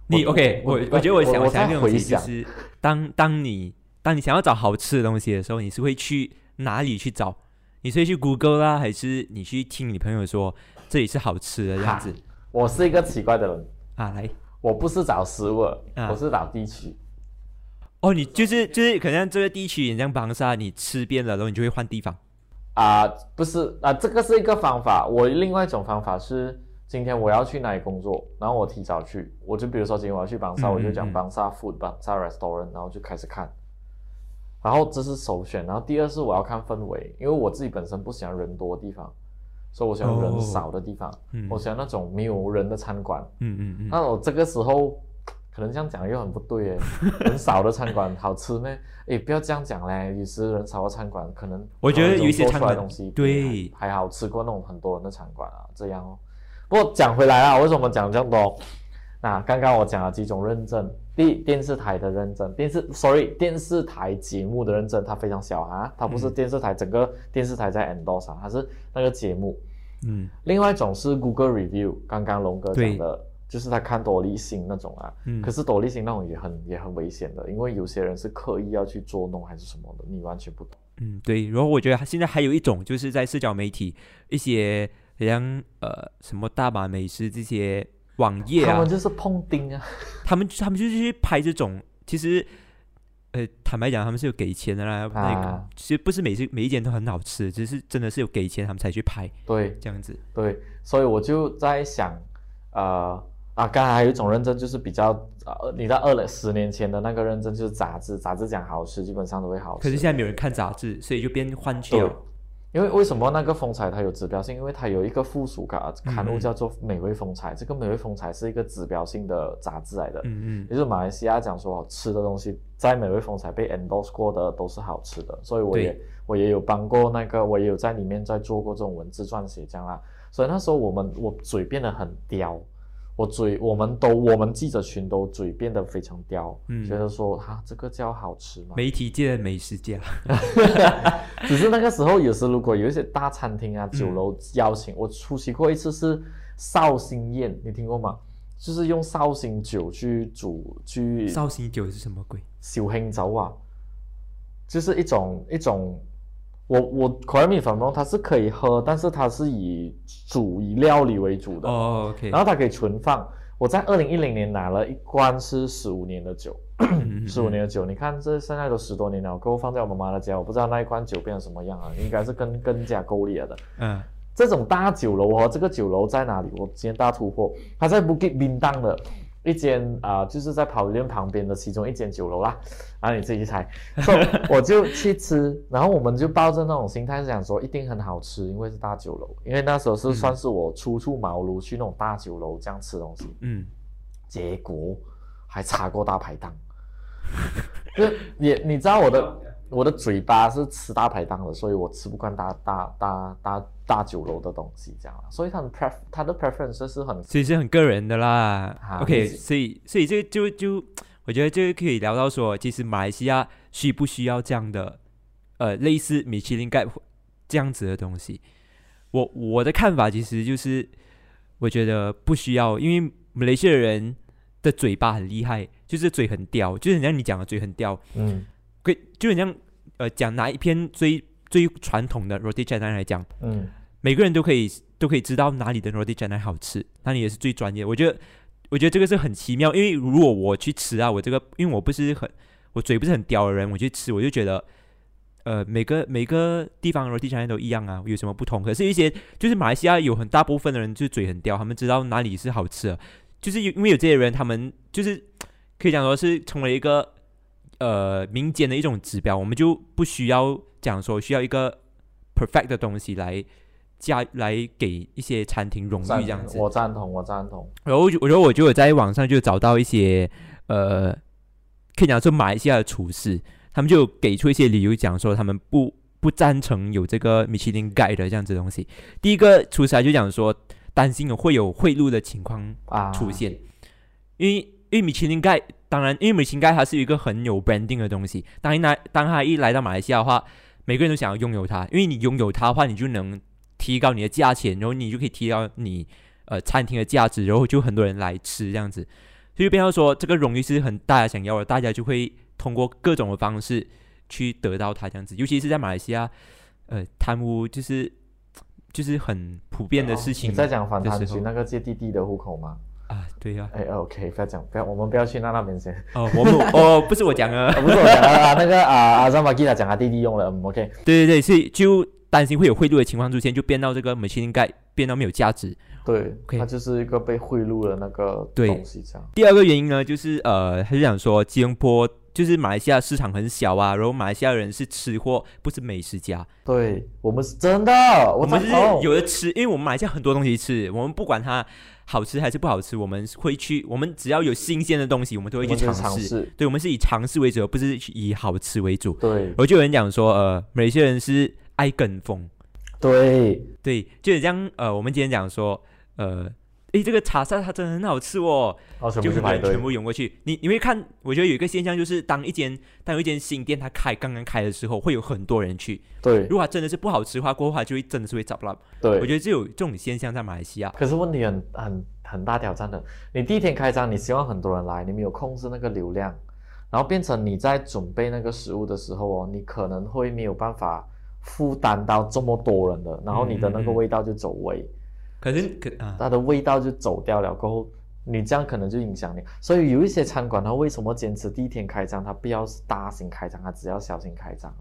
Speaker 2: 你
Speaker 1: 我
Speaker 2: OK，我
Speaker 1: 我
Speaker 2: 我觉得我想
Speaker 1: 我我
Speaker 2: 想
Speaker 1: 在
Speaker 2: 那种东
Speaker 1: 回
Speaker 2: 西就
Speaker 1: 想
Speaker 2: 是，当当你当你想要找好吃的东西的时候，你是会去哪里去找？你是会去 Google 啦，还是你去听你朋友说这里是好吃的这样子
Speaker 1: 我是一个奇怪的人，
Speaker 2: 啊？来，
Speaker 1: 我不是找食物，
Speaker 2: 啊
Speaker 1: 我是找地区。
Speaker 2: 哦，你就是就是可能这个地区，你像邦沙，你吃遍了，然后你就会换地方。
Speaker 1: 啊、不是啊、这个是一个方法。我另外一种方法是，今天我要去哪里工作，然后我提早去，我就比如说今天我要去邦萨，
Speaker 2: 嗯
Speaker 1: 我就
Speaker 2: 嗯
Speaker 1: 讲
Speaker 2: 嗯
Speaker 1: 邦萨 food、邦萨 restaurant，然后就开始看。然后这是首选，然后第二是我要看氛围，因为我自己本身不喜欢人多的地方，所以我喜欢
Speaker 2: 哦
Speaker 1: 人少的地方，
Speaker 2: 嗯
Speaker 1: 我喜欢那种没有人的餐馆。
Speaker 2: 嗯嗯嗯，
Speaker 1: 那我这个时候可能这样讲又很不对
Speaker 2: [LAUGHS]
Speaker 1: 耶，人少的餐馆好吃咩？诶，不要这样讲嘞，有时人少的餐馆可能
Speaker 2: 我觉得
Speaker 1: 它那种
Speaker 2: 有一些
Speaker 1: 做
Speaker 2: 餐
Speaker 1: 出来的
Speaker 2: 馆
Speaker 1: 东西
Speaker 2: 对
Speaker 1: 还还好吃过那种很多人的餐馆啊，这样哦。不过讲回来啊，为什么讲这样多？那刚刚我讲了几种认证，第一电视台的认证，电视 sorry 电视台节目的认证，它非常小啊，它不是
Speaker 2: 嗯
Speaker 1: 电视台、整个电视台在 endorse 啊，它是那个节目。
Speaker 2: 嗯
Speaker 1: 另外一种是 Google Review，刚刚龙哥
Speaker 2: 对
Speaker 1: 讲的，就是他看多利星那种啊。
Speaker 2: 嗯，
Speaker 1: 可是多利星那种也很也很危险的，因为有些人是刻意要去捉弄还是什么的，你完全不懂。
Speaker 2: 嗯，对。然后我觉得现在还有一种，就是在社交媒体一些好像呃什么大马美食这些网页
Speaker 1: 他
Speaker 2: 啊
Speaker 1: 们，就是碰钉啊，
Speaker 2: 他们他们就是去拍这种，其实呃坦白讲，他们是有给钱的啦。那个
Speaker 1: 啊
Speaker 2: 其实不是每次每一间都很好吃，只是真的是有给钱他们才去拍
Speaker 1: 对
Speaker 2: 这样子。
Speaker 1: 对，所以我就在想，呃啊，刚才还有一种认证就是比较呃，你在二零十年前的那个认证就是杂志，杂志讲好吃基本上都会好吃。
Speaker 2: 可是现在没有人看杂志，所以就变换去
Speaker 1: 对
Speaker 2: 了。，
Speaker 1: 因为为什么那个风采它有指标性？因为它有一个附属刊刊
Speaker 2: 嗯
Speaker 1: 物
Speaker 2: 嗯
Speaker 1: 叫做《美味风采》，这个《美味风采》是一个指标性的杂志来的。
Speaker 2: 嗯嗯
Speaker 1: 也就是马来西亚讲说哦吃的东西，在美味风采被 endorse 过的都是好吃的，所以我也
Speaker 2: 对
Speaker 1: 我也有帮过那个，我也有在里面在做过这种文字撰写这样啦。所以那时候我们我嘴变得很刁，我嘴我们都我们记者群都嘴变得非常刁，
Speaker 2: 嗯
Speaker 1: 觉得说哈这个叫好吃吗？
Speaker 2: 媒体界的美食家，
Speaker 1: 只是那个时候，有时如果有一些大餐厅啊、酒
Speaker 2: 嗯
Speaker 1: 楼邀请，我出席过一次是绍兴宴，你听过吗？就是用绍兴酒去煮去
Speaker 2: 绍兴酒是什么鬼？
Speaker 1: 绍兴酒啊，就是一种一种，我我 correct me if I'm wrong，它是可以喝，但是它是以煮以料理为主的，
Speaker 2: 哦，OK，
Speaker 1: 然后它可以存放。我在二零一零年拿了一罐是十五年的酒，
Speaker 2: 嗯
Speaker 1: 十五年的酒，你看这现在都十多年了，我给我放在我妈妈的家，我不知道那一罐酒变成什么样啊，应该是跟跟家沟里了的。
Speaker 2: 嗯，
Speaker 1: 这种大酒楼哦，这个酒楼在哪里？我今天大突破，它在 Bukit Bintang 的一间啊、就是在跑店旁边的其中一间酒楼啦。然后你自己去猜，So，我就去吃，然后我们就抱着那种心态想说一定很好吃，因为是大酒楼，因为那时候是算是我初出茅庐去那种大酒楼这样吃东西。
Speaker 2: 嗯
Speaker 1: 结果还查过大排档。 [LAUGHS] 就也你知道我的我的嘴巴是吃大排档的，所以我吃不惯大大大大大酒楼的东西，这样啦。所以他的 pref 他的 preference 是很
Speaker 2: 所以是很个人的啦。
Speaker 1: 啊
Speaker 2: OK，
Speaker 1: 理解
Speaker 2: 所以所以这个就就我觉得这个可以聊到说，其实马来西亚需不需要这样的呃类似米其林盖这样子的东西。我我的看法其实就是，我觉得不需要，因为马来西亚人的嘴巴很厉害，就是嘴很刁，就是像你讲的嘴很刁，
Speaker 1: 嗯
Speaker 2: 可就很像呃讲拿一篇最最传统的 roti canai 来讲，
Speaker 1: 嗯
Speaker 2: 每个人都可以都可以知道哪里的 roti canai 好吃，哪里也是最专业。我觉得我觉得这个是很奇妙，因为如果我去吃啊，我这个因为我不是很我嘴不是很刁的人，我去吃我就觉得。呃，每个每个地方的 roti canai 都一样啊，有什么不同？可是，一些就是马来西亚有很大部分的人就是嘴很刁，他们知道哪里是好吃的，就是有因为有这些人，他们就是可以讲说是成为一个呃民间的一种指标，我们就不需要讲说需要一个 perfect 的东西来加来给一些餐厅荣誉
Speaker 1: 赞
Speaker 2: 这样子。
Speaker 1: 我赞同，我赞同。
Speaker 2: 然后我就我觉得我就有在网上就找到一些呃，可以讲说马来西亚的厨师，他们就给出一些理由，讲说他们不不赞成有这个米其林盖的这样子的东西。第一个厨师他就讲说，担心有会有贿赂的情况
Speaker 1: 啊，
Speaker 2: 出现，因为因为米其林盖，当然因为米其林盖它是一个很有 branding 的东西，当一来当它一来到马来西亚的话，每个人都想要拥有它，因为你拥有它的话，你就能提高你的价钱，然后你就可以提高你呃餐厅的价值，然后就很多人来吃这样子，所以变成说这个荣誉是很大家想要的，大家就会通过各种的方式去得到它这样子，尤其是在马来西亚，呃，贪污就是就是很普遍的事
Speaker 1: 啊
Speaker 2: 情
Speaker 1: 你在讲反
Speaker 2: 的
Speaker 1: 贪
Speaker 2: 时
Speaker 1: 局
Speaker 2: 候
Speaker 1: 那个借弟弟的户口吗？
Speaker 2: 啊，对呀、
Speaker 1: 哎，OK，不要讲，不要，我们不要去那那边先。
Speaker 2: 哦，我们哦，不是我讲的，
Speaker 1: [LAUGHS]
Speaker 2: [LAUGHS]
Speaker 1: 不是我讲啊啊，那个啊啊，让马吉达讲他弟弟用了。嗯，OK，
Speaker 2: 对对对，是就担心会有贿赂的情况出现，就变到这个 machine 盖变到没有价值。
Speaker 1: 对
Speaker 2: OK
Speaker 1: 他就是一个被贿赂的那个
Speaker 2: 对
Speaker 1: 东西，这样。
Speaker 2: 第二个原因呢，就是呃，他就想说吉隆坡就是马来西亚市场很小啊，然后马来西亚人是吃货，不是美食家。
Speaker 1: 对我们是真的，我哦
Speaker 2: 我们
Speaker 1: 赞
Speaker 2: 就是
Speaker 1: 同。
Speaker 2: 有的吃，因为我们马来西亚很多东西吃，我们不管它好吃还是不好吃，我们会去，我们只要有新鲜的东西，我们都
Speaker 1: 我
Speaker 2: 会去
Speaker 1: 们就是
Speaker 2: 尝
Speaker 1: 尝
Speaker 2: 试。
Speaker 1: 试，
Speaker 2: 对，我们是以尝试为主，而不是以好吃为主。
Speaker 1: 对
Speaker 2: 我就有人讲说，呃，马来西亚人是爱跟风。
Speaker 1: 对，
Speaker 2: 对，就是这样。呃，我们今天讲说，呃，诶，这个茶沙它真的很好吃哦，
Speaker 1: 然后全
Speaker 2: 就
Speaker 1: 部去
Speaker 2: 很多
Speaker 1: 排
Speaker 2: 人
Speaker 1: 队
Speaker 2: 全。部涌过去。你你会看，我觉得有一个现象就是，当一间当有一间新店它开刚刚开的时候，会有很多人去。
Speaker 1: 对
Speaker 2: 如果它真的是不好吃的话，过后它就会真的是会找不到。我
Speaker 1: 对，
Speaker 2: 觉得就有这种现象在马来西亚。
Speaker 1: 可是问题很很很大挑战的。你第一天开张，你希望很多人来，你没有控制那个流量，然后变成你在准备那个食物的时候哦，你可能会没有办法负担到这么多人的，然后你的那个
Speaker 2: 嗯嗯嗯
Speaker 1: 味道就走味。
Speaker 2: 可是可啊，
Speaker 1: 它的味道就走掉了，过后你这样可能就影响你。所以有一些餐馆，它为什么坚持第一天开张，它不要大型开张，它只要小型开张了。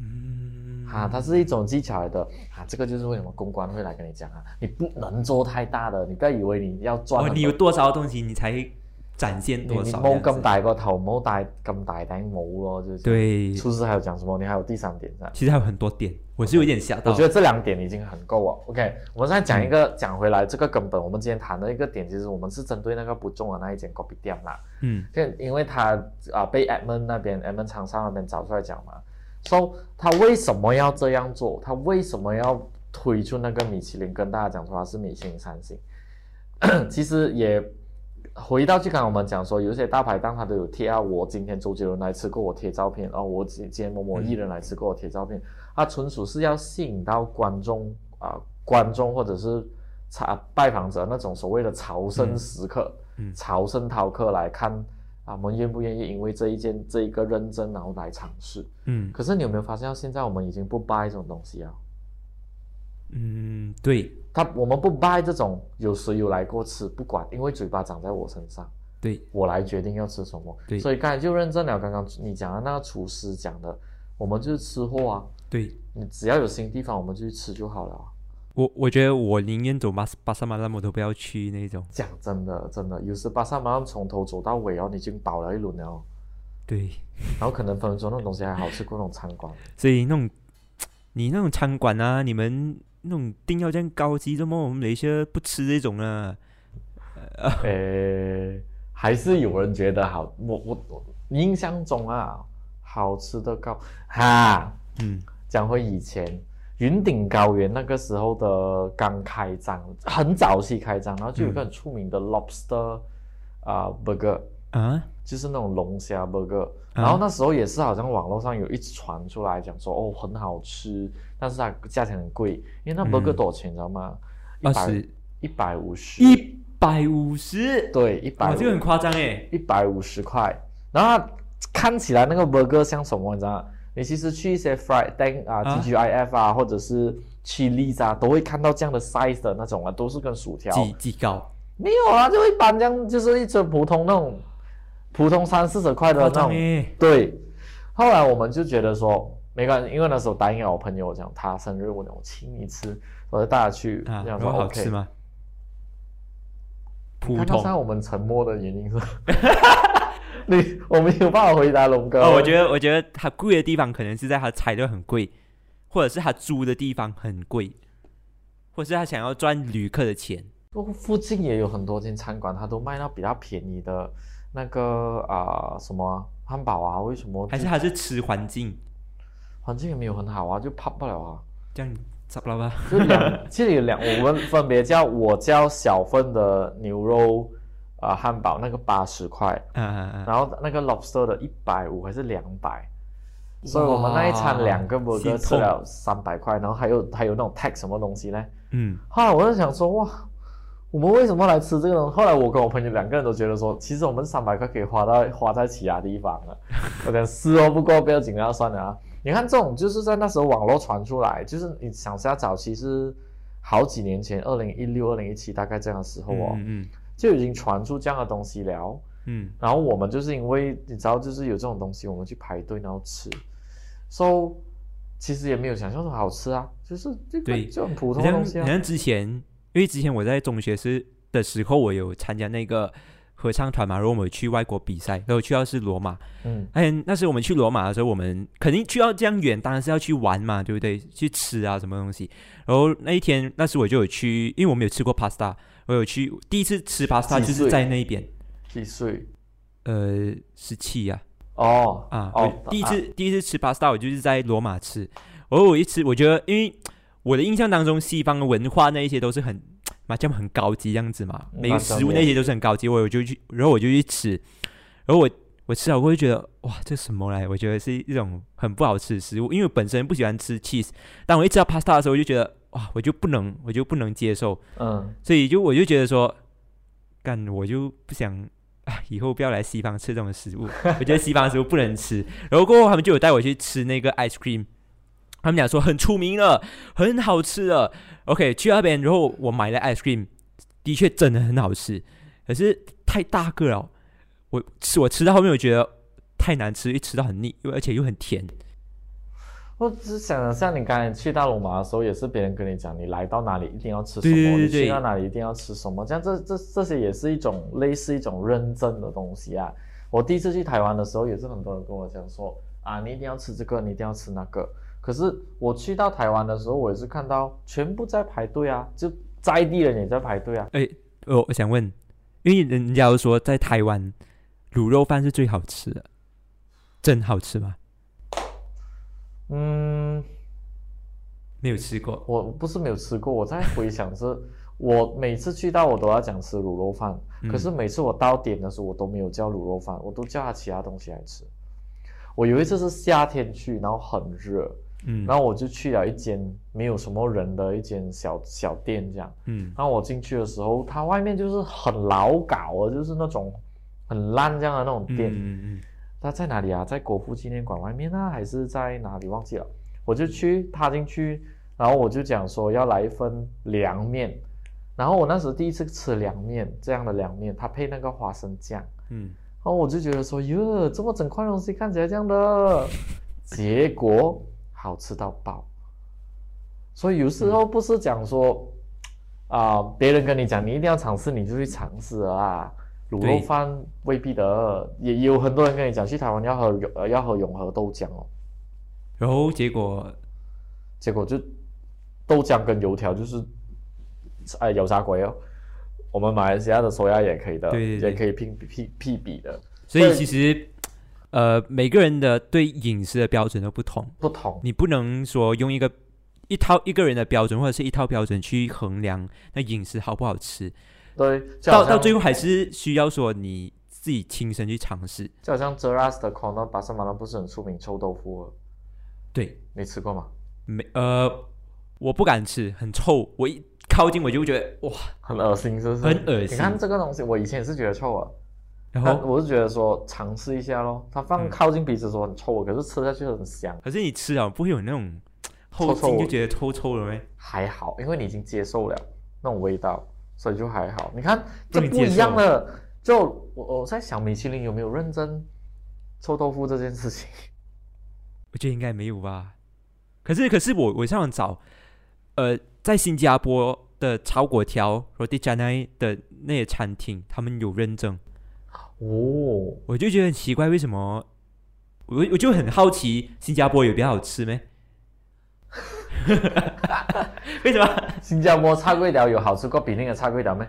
Speaker 2: 嗯，
Speaker 1: 啊，它是一种技巧来的啊，这个就是为什么公关会来跟你讲啊，你不能做太大的，你不要以为你要赚
Speaker 2: 哦，
Speaker 1: 很多
Speaker 2: 你有多少东西，你才展现
Speaker 1: 你
Speaker 2: 多
Speaker 1: 你
Speaker 2: 少
Speaker 1: 冇
Speaker 2: 这样
Speaker 1: 咁
Speaker 2: 子。
Speaker 1: 大個頭，冇戴咁大頂帽咯，就是。。
Speaker 2: 对，哦
Speaker 1: 厨师还有讲什么？你还有第三点噻。
Speaker 2: 其实还有很多点，我是有点吓到。
Speaker 1: 我觉得这两点已经很够了。OK，我们现在讲一
Speaker 2: 嗯
Speaker 1: 个、讲回来这个根本，我们今天谈的一个点，其实我们是针对那个不中的那一间 copy 店啦。
Speaker 2: 嗯
Speaker 1: 对，因为他啊、被 Edmond 那边 Edmond 厂商那边找出来讲嘛，so 他为什么要这样做？他为什么要推出那个米其林？跟大家讲说他是米其林三星， [COUGHS] 其实也回到去刚刚我们讲说，有一些大排档他都有贴啊，我今天周杰伦来吃过，我贴照片，哦，我今今天某某艺人来吃过，我贴照片，他纯属是要吸引到观众啊、观众或者是茶拜访者那种所谓的朝圣
Speaker 2: 嗯
Speaker 1: 时刻。
Speaker 2: 嗯
Speaker 1: 朝圣饕客来看啊，我们愿不愿意因为这一件这一个认真，然后来尝试？
Speaker 2: 嗯
Speaker 1: 可是你有没有发现，到现在我们已经不 buy 这种东西啊？
Speaker 2: 嗯，对
Speaker 1: 他我们不 buy 这种有谁有来过吃不管，因为嘴巴长在我身上，
Speaker 2: 对，
Speaker 1: 我来决定要吃什么。
Speaker 2: 对
Speaker 1: 所以刚才就认证了刚刚你讲的那个厨师讲的，我们就是吃货啊，
Speaker 2: 对，
Speaker 1: 你只要有新地方，我们就去吃就好了啊、
Speaker 2: 我我觉得我宁愿走巴斯巴萨马拉姆都不要去那种。
Speaker 1: 讲真的，真的，有时巴萨马拉松从头走到尾哦，你已经饱了一轮了哦，
Speaker 2: 对，
Speaker 1: 然后可能分分钟那种东西还好吃过那种餐馆。
Speaker 2: 所以那种你那种餐馆啊，你们那种定要这样高级，怎么我们雷些不吃这种啊呢？
Speaker 1: 诶，呃还是有人觉得好，我我我印象中啊，好吃的糕哈。
Speaker 2: 嗯，
Speaker 1: 讲回以前云顶高原那个时候的刚开
Speaker 2: 嗯
Speaker 1: 张，很早期开张，然后就有一个很出名的 lobster 啊、burger，
Speaker 2: 啊，
Speaker 1: 就是那种龙虾 burger。
Speaker 2: 啊
Speaker 1: 然后那时候也是好像网络上有一直传出来讲说哦很好吃，但是它价钱很贵，因为那 burger
Speaker 2: 嗯
Speaker 1: 多少钱你知道吗？
Speaker 2: 二
Speaker 1: 100
Speaker 2: 十
Speaker 1: 一百五十，
Speaker 2: 一百五十，
Speaker 1: 对一百
Speaker 2: 哇，这个很夸张哎，
Speaker 1: 一百五十块，然后它看起来那个 burger 像什么，你知道吗？你其实去一些 fried tank 啊、
Speaker 2: 啊
Speaker 1: TGIF 啊，或者是 Chili's 啊，都会看到这样的 size 的那种啊，都是跟薯条。
Speaker 2: 几几高，
Speaker 1: 没有啊，就一般这样，就是一只普通那种，普通三四十块的
Speaker 2: 夸
Speaker 1: 那
Speaker 2: 张
Speaker 1: 种。
Speaker 2: 哎，
Speaker 1: 对，后来我们就觉得说没关系，因为那时候答应了我朋友我讲他生日，我讲我请你吃，我就带他去，
Speaker 2: 啊，
Speaker 1: 这样
Speaker 2: 然
Speaker 1: 说
Speaker 2: 后好
Speaker 1: OK
Speaker 2: 吃。吗？普
Speaker 1: 看到
Speaker 2: 通
Speaker 1: 上我们沉默的原因是， [LAUGHS] 你我没有办法回答龙哥。
Speaker 2: 哦，我觉
Speaker 1: 得
Speaker 2: 得我觉得它贵的地方可能是在它材料很贵，或者是它租的地方很贵，或者是他想要赚旅客的钱。
Speaker 1: 附近也有很多间餐馆，它都卖到比较便宜的那个啊、什么汉堡啊，为什么
Speaker 2: 还是他是吃环境，
Speaker 1: 环境也没有很好啊，就泡不了啊。
Speaker 2: 这样咋不啦吧？
Speaker 1: 就两， [LAUGHS] 这里有两，我们分别叫我叫小份的牛肉啊、呃汉堡，那个八十块，
Speaker 2: 啊啊啊！
Speaker 1: 然后那个 lobster 的一百五还是两百，所以我们那一餐
Speaker 2: 哇
Speaker 1: 两个 burger
Speaker 2: 心
Speaker 1: 吃
Speaker 2: 痛
Speaker 1: 了三百块，然后还有还有那种 tag 什么东西呢？
Speaker 2: 嗯，
Speaker 1: 后来我就想说，哇，我们为什么来吃这个东西？后来我跟我朋友两个人都觉得说，其实我们三百块可以花到花在其他地方
Speaker 2: [LAUGHS]
Speaker 1: 了。我讲是哦，不过不要紧啊，算了啊。你看这种就是在那时候网络传出来，就是你想下早期是好几年前，二零一六、二零一七大概这样的时候哦，
Speaker 2: 嗯
Speaker 1: 就已经传出这样的东西了。
Speaker 2: 嗯
Speaker 1: 然后我们就是因为你知道，就是有这种东西，我们去排队然后吃，so 其实也没有想象中好吃啊，就是这个
Speaker 2: 对
Speaker 1: 就很普
Speaker 2: 嗯，好
Speaker 1: 通的
Speaker 2: 像
Speaker 1: 东西
Speaker 2: 好
Speaker 1: 啊。
Speaker 2: 像之前，因为之前我在中学时的时候，我有参加那个合唱团嘛，然后我们有去外国比赛，然后去到是罗马，
Speaker 1: 嗯，
Speaker 2: 哎，那时候我们去罗马的时候，我们肯定去到这样远，当然是要去玩嘛，对不对？去吃啊，什么东西。然后那一天，那时我就有去，因为我没有吃过 pasta，我有去第一次吃 pasta
Speaker 1: 几
Speaker 2: 就
Speaker 1: 岁
Speaker 2: 是在那边，
Speaker 1: 几岁？
Speaker 2: 呃，十七呀，
Speaker 1: 哦
Speaker 2: 啊，
Speaker 1: 哦
Speaker 2: 我，第一次、第一次吃 pasta，我就是在罗马吃。然后我一吃，我觉得因为我的印象当中，西方的文化那一些都是很麻将很高级这样子嘛，
Speaker 1: 嗯
Speaker 2: 每个食物那些都是很高级。我我就去，然后我就去吃，然后我我吃了过后就觉得哇，这什么来？我觉得是一种很不好吃的食物，因为我本身不喜欢吃 cheese，但我一吃到 pasta 的时候，我就觉得哇，我就不能，我就不能接受，
Speaker 1: 嗯，
Speaker 2: 所以就我就觉得说，干我就不想 [LAUGHS] 啊，以后不要来西方吃这种食物， [LAUGHS] 我觉得西方食物不能吃。然后过后他们就有带我去吃那个 ice cream，他们讲说很出名了，很好吃了。OK，去那边，然后我买了 ice cream，的确真的很好吃，可是太大个了，我吃我吃到后面我觉得太难吃，一吃到很腻，又而且又很甜。
Speaker 1: 我只想像你刚才去大龙马的时候，也是别人跟你讲，你来到哪里一定要吃什么，
Speaker 2: 对对对对
Speaker 1: 你去到哪里一定要吃什么，这样这这这些也是一种类似一种认证的东西啊。我第一次去台湾的时候，也是很多人跟我讲说啊，你一定要吃这个，你一定要吃那个。可是我去到台湾的时候，我也是看到全部在排队啊，就在地人也在排队啊。
Speaker 2: 呃，我想问，因为人家都说在台湾卤肉饭是最好吃的，真好吃吗？
Speaker 1: 嗯，
Speaker 2: 没有吃过，
Speaker 1: 我不是没有吃过，我在回想是，我每次去到我都要讲吃卤肉饭，
Speaker 2: 嗯
Speaker 1: 可是每次我到点的时候，我都没有叫卤肉饭，我都叫他其他东西来吃。我有一次是夏天去，然后很热，
Speaker 2: 嗯
Speaker 1: 然后我就去了一间没有什么人的一间小小店这样。
Speaker 2: 嗯
Speaker 1: 然后我进去的时候，它外面就是很老搞的，就是那种很烂这样的那种
Speaker 2: 嗯
Speaker 1: 店。
Speaker 2: 嗯
Speaker 1: 他在哪里啊？在国父纪念馆外面啊，还是在哪里？忘记了。我就去踏进去，然后我就讲说要来一份凉面。然后我那时第一次吃凉面，这样的凉面，它配那个花生酱。
Speaker 2: 嗯
Speaker 1: 然后我就觉得说，哟，这么整块东西看起来这样的，结果好吃到爆。所以有时
Speaker 2: 嗯
Speaker 1: 候不是讲说，啊、别人跟你讲你一定要尝试，你就去尝试了啊。卤
Speaker 2: 对
Speaker 1: 肉饭未必的，也也有很多人跟你讲去台湾要喝永呃要喝永和豆浆哦，
Speaker 2: 然后结果
Speaker 1: 结果就豆浆跟油条就是，哎油炸鬼哦。我们马来西亚的手压也可以的，
Speaker 2: 对对对
Speaker 1: 也可以拼拼拼比的，
Speaker 2: 所以
Speaker 1: 对
Speaker 2: 其实呃每个人的对饮食的标准都不同，
Speaker 1: 不同。
Speaker 2: 你不能说用一个一套一个人的标准或者是一套标准去衡量那饮食好不好吃，
Speaker 1: 对，就好
Speaker 2: 到到
Speaker 1: 像
Speaker 2: 最后还是需要说你自己亲身去尝试。
Speaker 1: 就好像 Zeras 的 Corner 巴塞马拉不是很出名臭豆腐哦，
Speaker 2: 对，
Speaker 1: 你吃过吗？
Speaker 2: 没呃，我不敢吃，很臭，我一靠近我就会觉得哇，
Speaker 1: 很恶心，是不是？
Speaker 2: 很恶心
Speaker 1: 你看这个东西，我以前也是觉得臭啊，
Speaker 2: 然
Speaker 1: 但
Speaker 2: 后
Speaker 1: 我是觉得说尝试一下咯。它放
Speaker 2: 嗯
Speaker 1: 靠近鼻子的时候很臭，可是吃下去很香，
Speaker 2: 可是你吃了不会有那种
Speaker 1: 臭
Speaker 2: 后
Speaker 1: 臭
Speaker 2: 劲就
Speaker 1: 味
Speaker 2: 觉得臭臭了没？
Speaker 1: 还好，因为你已经接受了那种味道，所以就还好。你看
Speaker 2: 不
Speaker 1: 这
Speaker 2: 能
Speaker 1: 不
Speaker 2: 接
Speaker 1: 一样
Speaker 2: 受
Speaker 1: 了。就我我在想，米其林有没有认真臭豆腐这件事情？
Speaker 2: 我觉得应该没有吧。可是，可是我我上网找，呃，在新加坡的炒粿条 （Roti Canai） 的那些餐厅，他们有认证，
Speaker 1: [LAUGHS] 哦，
Speaker 2: 我就觉得很奇怪，为什么？我我就很好奇，新加坡有比较好吃
Speaker 1: [LAUGHS]
Speaker 2: 没？为什么？
Speaker 1: 新加坡叉龟条有好吃过比那个叉龟条没？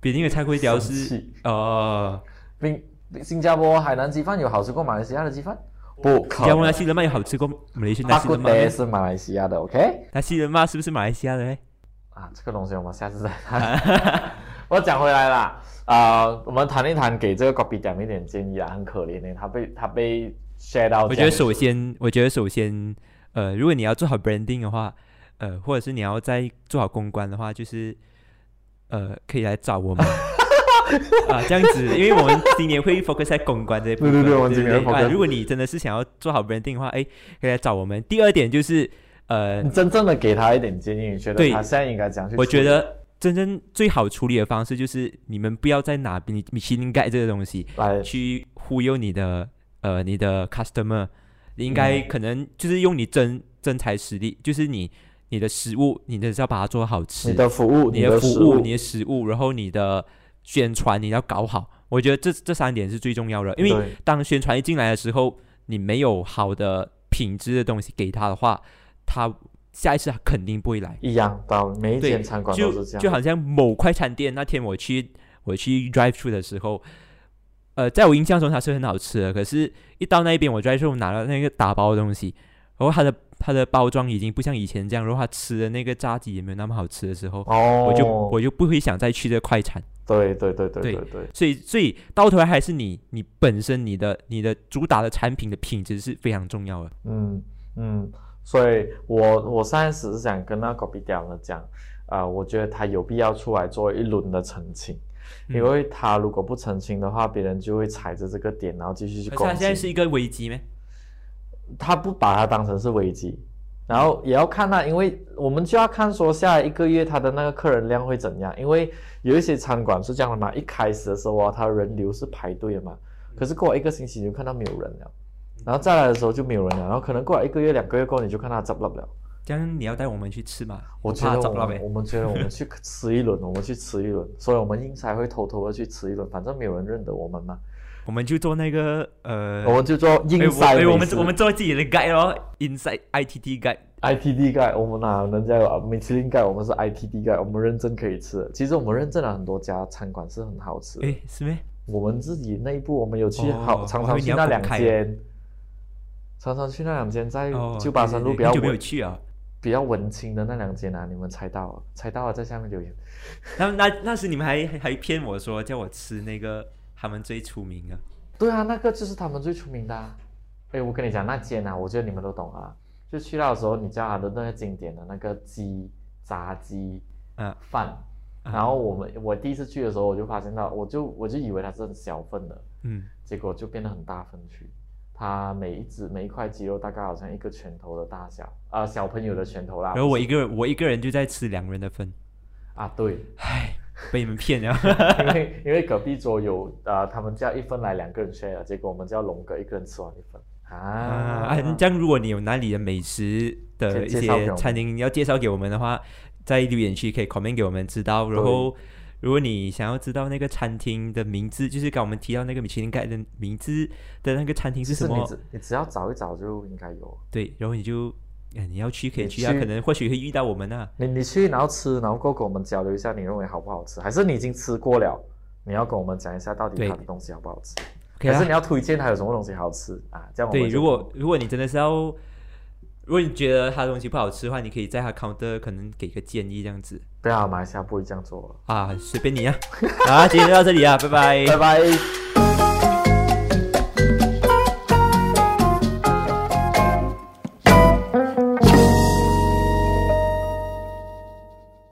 Speaker 2: 比那个菜粿条
Speaker 1: 生
Speaker 2: 是
Speaker 1: 气
Speaker 2: 呃，
Speaker 1: 比比新加坡海南鸡饭有好吃过马来西亚的鸡饭？不可
Speaker 2: 新加
Speaker 1: 能，
Speaker 2: 坡那西人麦有好吃过马来西亚那
Speaker 1: 巴
Speaker 2: 西
Speaker 1: 古
Speaker 2: 人
Speaker 1: 德
Speaker 2: 麦？
Speaker 1: 是马来西亚的，OK？
Speaker 2: 那西人麦是不是马来西亚的嘞？
Speaker 1: 啊，这个东西我们下次再谈。
Speaker 2: [LAUGHS]
Speaker 1: 我讲回来啦，啊、我们谈一谈给这个 copy 讲一点建议啊，很可怜的、他被他被 share 到
Speaker 2: 我
Speaker 1: 这
Speaker 2: 觉
Speaker 1: 样
Speaker 2: 得
Speaker 1: 子。
Speaker 2: 首先，我觉得首先，呃，如果你要做好 branding 的话，呃，或者是你要再做好公关的话，就是呃，可以来找
Speaker 1: [LAUGHS]
Speaker 2: 我们啊、这样子，因为我们今年会 focus 在公关这一部分。
Speaker 1: 对对对我们今年
Speaker 2: 对对
Speaker 1: 会
Speaker 2: 啊
Speaker 1: focus
Speaker 2: 如果你真的是想要做好 branding 的话，哎，可以来找我们。第二点就是，呃
Speaker 1: 你，真正的给他一点建议，你觉得
Speaker 2: 对
Speaker 1: 他现在应该怎样去？
Speaker 2: 我觉，得真正最好处理的方式就是，你们不要再拿米米其林盖这个东西，
Speaker 1: 来，
Speaker 2: 去忽悠你的呃你的 customer，你应
Speaker 1: 嗯
Speaker 2: 该可能就是用你真真材实料，就是你你的食物，你的是要把它做好吃，
Speaker 1: 你的服务，
Speaker 2: 你
Speaker 1: 的
Speaker 2: 服
Speaker 1: 食
Speaker 2: 务、你的食物，然后你的宣传你要搞好。我觉得这这三点是最重要的，因为
Speaker 1: 对
Speaker 2: 当宣传一进来的时候，你没有好的品质的东西给他的话，他下一次他肯定不会来。
Speaker 1: 一样到每一
Speaker 2: 对，
Speaker 1: 间餐馆都是这
Speaker 2: 就。就
Speaker 1: 样。
Speaker 2: 好像某快餐店那天我去我去 drive through 的时候，呃，在我印象中它是很好吃的，可是一到那边我 drive through 拿了那个打包的东西，然后它的它的包装已经不像以前这样，然后它吃的那个炸鸡也没有那么好吃的时候。
Speaker 1: 哦，
Speaker 2: 我就我就不会想再去这个快餐，
Speaker 1: 对对对对
Speaker 2: 对
Speaker 1: 对对，
Speaker 2: 所以所以到头来还是你你本身你的你的主打的产品的品质是非常重要的。
Speaker 1: 嗯嗯，所以我我上一次是想跟那 copy 掉的讲，啊、我觉得他有必要出来做一轮的澄清。
Speaker 2: 嗯
Speaker 1: 因为他如果不澄清的话，别人就会踩着这个点，然后继续去
Speaker 2: 可是它
Speaker 1: 攻
Speaker 2: 现在是
Speaker 1: 击。
Speaker 2: 一个危机咩？
Speaker 1: 他不把它当成是危机，然后也要看那，因为我们就要看说下一个月他的那个客人量会怎样。因为有一些餐馆是这样的嘛，一开始的时候啊，他人流是排队的嘛，可是过了一个星期你就看到没有人了，然后再来的时候就没有人了，然后可能过了一个月、两个月过后你就看他执笠了。
Speaker 2: 这样你要带我们去吃嘛？
Speaker 1: 我觉
Speaker 2: 怕
Speaker 1: 得
Speaker 2: 找
Speaker 1: 我
Speaker 2: 不到
Speaker 1: 们
Speaker 2: 呗
Speaker 1: 我。们觉得我们 [LAUGHS] 去吃一轮，我们去吃一轮，所以我们应才会偷偷的去吃一轮，反正没有人认得我们嘛，
Speaker 2: 我们就做那个呃，
Speaker 1: 我们就做
Speaker 2: 哎
Speaker 1: 硬
Speaker 2: 我
Speaker 1: 塞美
Speaker 2: 哎
Speaker 1: 食。
Speaker 2: 我们我们做自己的 guide 咯，inside ITT guide。
Speaker 1: ITD 盖，我们哪人家有啊米其林盖？我们是 ITD 盖，我们认证可以吃的。其实我们认证了很多家餐馆是很好吃的。
Speaker 2: 哎，是咩？
Speaker 1: 我们自己内部，我们有去
Speaker 2: 哦
Speaker 1: 好、常常去那两间，常常去那两间，在
Speaker 2: 哦，
Speaker 1: 旧巴哎山路
Speaker 2: 对对对
Speaker 1: 比较
Speaker 2: 很久没有
Speaker 1: 文
Speaker 2: 去啊。
Speaker 1: 比较文青的那两间啊，你们猜到了，猜到了，在下面留言。
Speaker 2: 他们那那时你们还还还骗我说叫我吃那个他们最出名的，
Speaker 1: 对啊，那个就是他们最出名的、啊。哎，我跟你讲，那间啊，我觉得你们都懂啊。就去到的时候，你叫他的那个经典的那个鸡炸鸡
Speaker 2: 嗯
Speaker 1: 饭，
Speaker 2: 啊
Speaker 1: 然后我们我第一次去的时候，我就发现到，我就我就以为它是很小份的，
Speaker 2: 嗯，
Speaker 1: 结果就变得很大份去。它每一只每一块鸡肉大概好像一个拳头的大小，啊、小朋友的拳头啦。
Speaker 2: 然后嗯我一个人我一个人就在吃两人的份，
Speaker 1: 啊，对，
Speaker 2: 唉，被你们骗了。
Speaker 1: 因为因为隔壁桌有啊、呃他们叫一份来两个人 share，结果我们叫龙哥一个人吃完一份
Speaker 2: 啊，
Speaker 1: 啊
Speaker 2: 啊，这样如果你有哪里的美食的
Speaker 1: 介介绍
Speaker 2: 一
Speaker 1: 给我
Speaker 2: 些
Speaker 1: 们
Speaker 2: 餐厅要介绍给我们的话，在留言区可以 comment 给我们知道。然后，如果你想要知道那个餐厅的名字，就是刚我们提到那个米其林盖的名字的那个餐厅是
Speaker 1: 其
Speaker 2: 什
Speaker 1: 实你
Speaker 2: 么，
Speaker 1: 只你只要找一找就应该有。
Speaker 2: 对，然后你就。哎你要去可以
Speaker 1: 你
Speaker 2: 去啊，
Speaker 1: 去
Speaker 2: 可能或许会遇到我们啊。
Speaker 1: 你你去然后吃，然后过后跟我们交流一下，你认为好不好吃？还是你已经吃过了，你要跟我们讲一下到底
Speaker 2: 对
Speaker 1: 它的东西好不好吃？
Speaker 2: 可以
Speaker 1: 还是
Speaker 2: 啊
Speaker 1: 你，要推荐它有什么东西好吃啊？这样我们
Speaker 2: 对，
Speaker 1: 就
Speaker 2: 如果如果你真的是要如果你觉得他的东西不好吃的话，你可以在他 counter 可能给个建议这样子
Speaker 1: 不要，马来西亚不会这样做了。
Speaker 2: [LAUGHS] 啊，随便你啊。好啊，今天就到这里啊，拜拜
Speaker 1: 拜拜。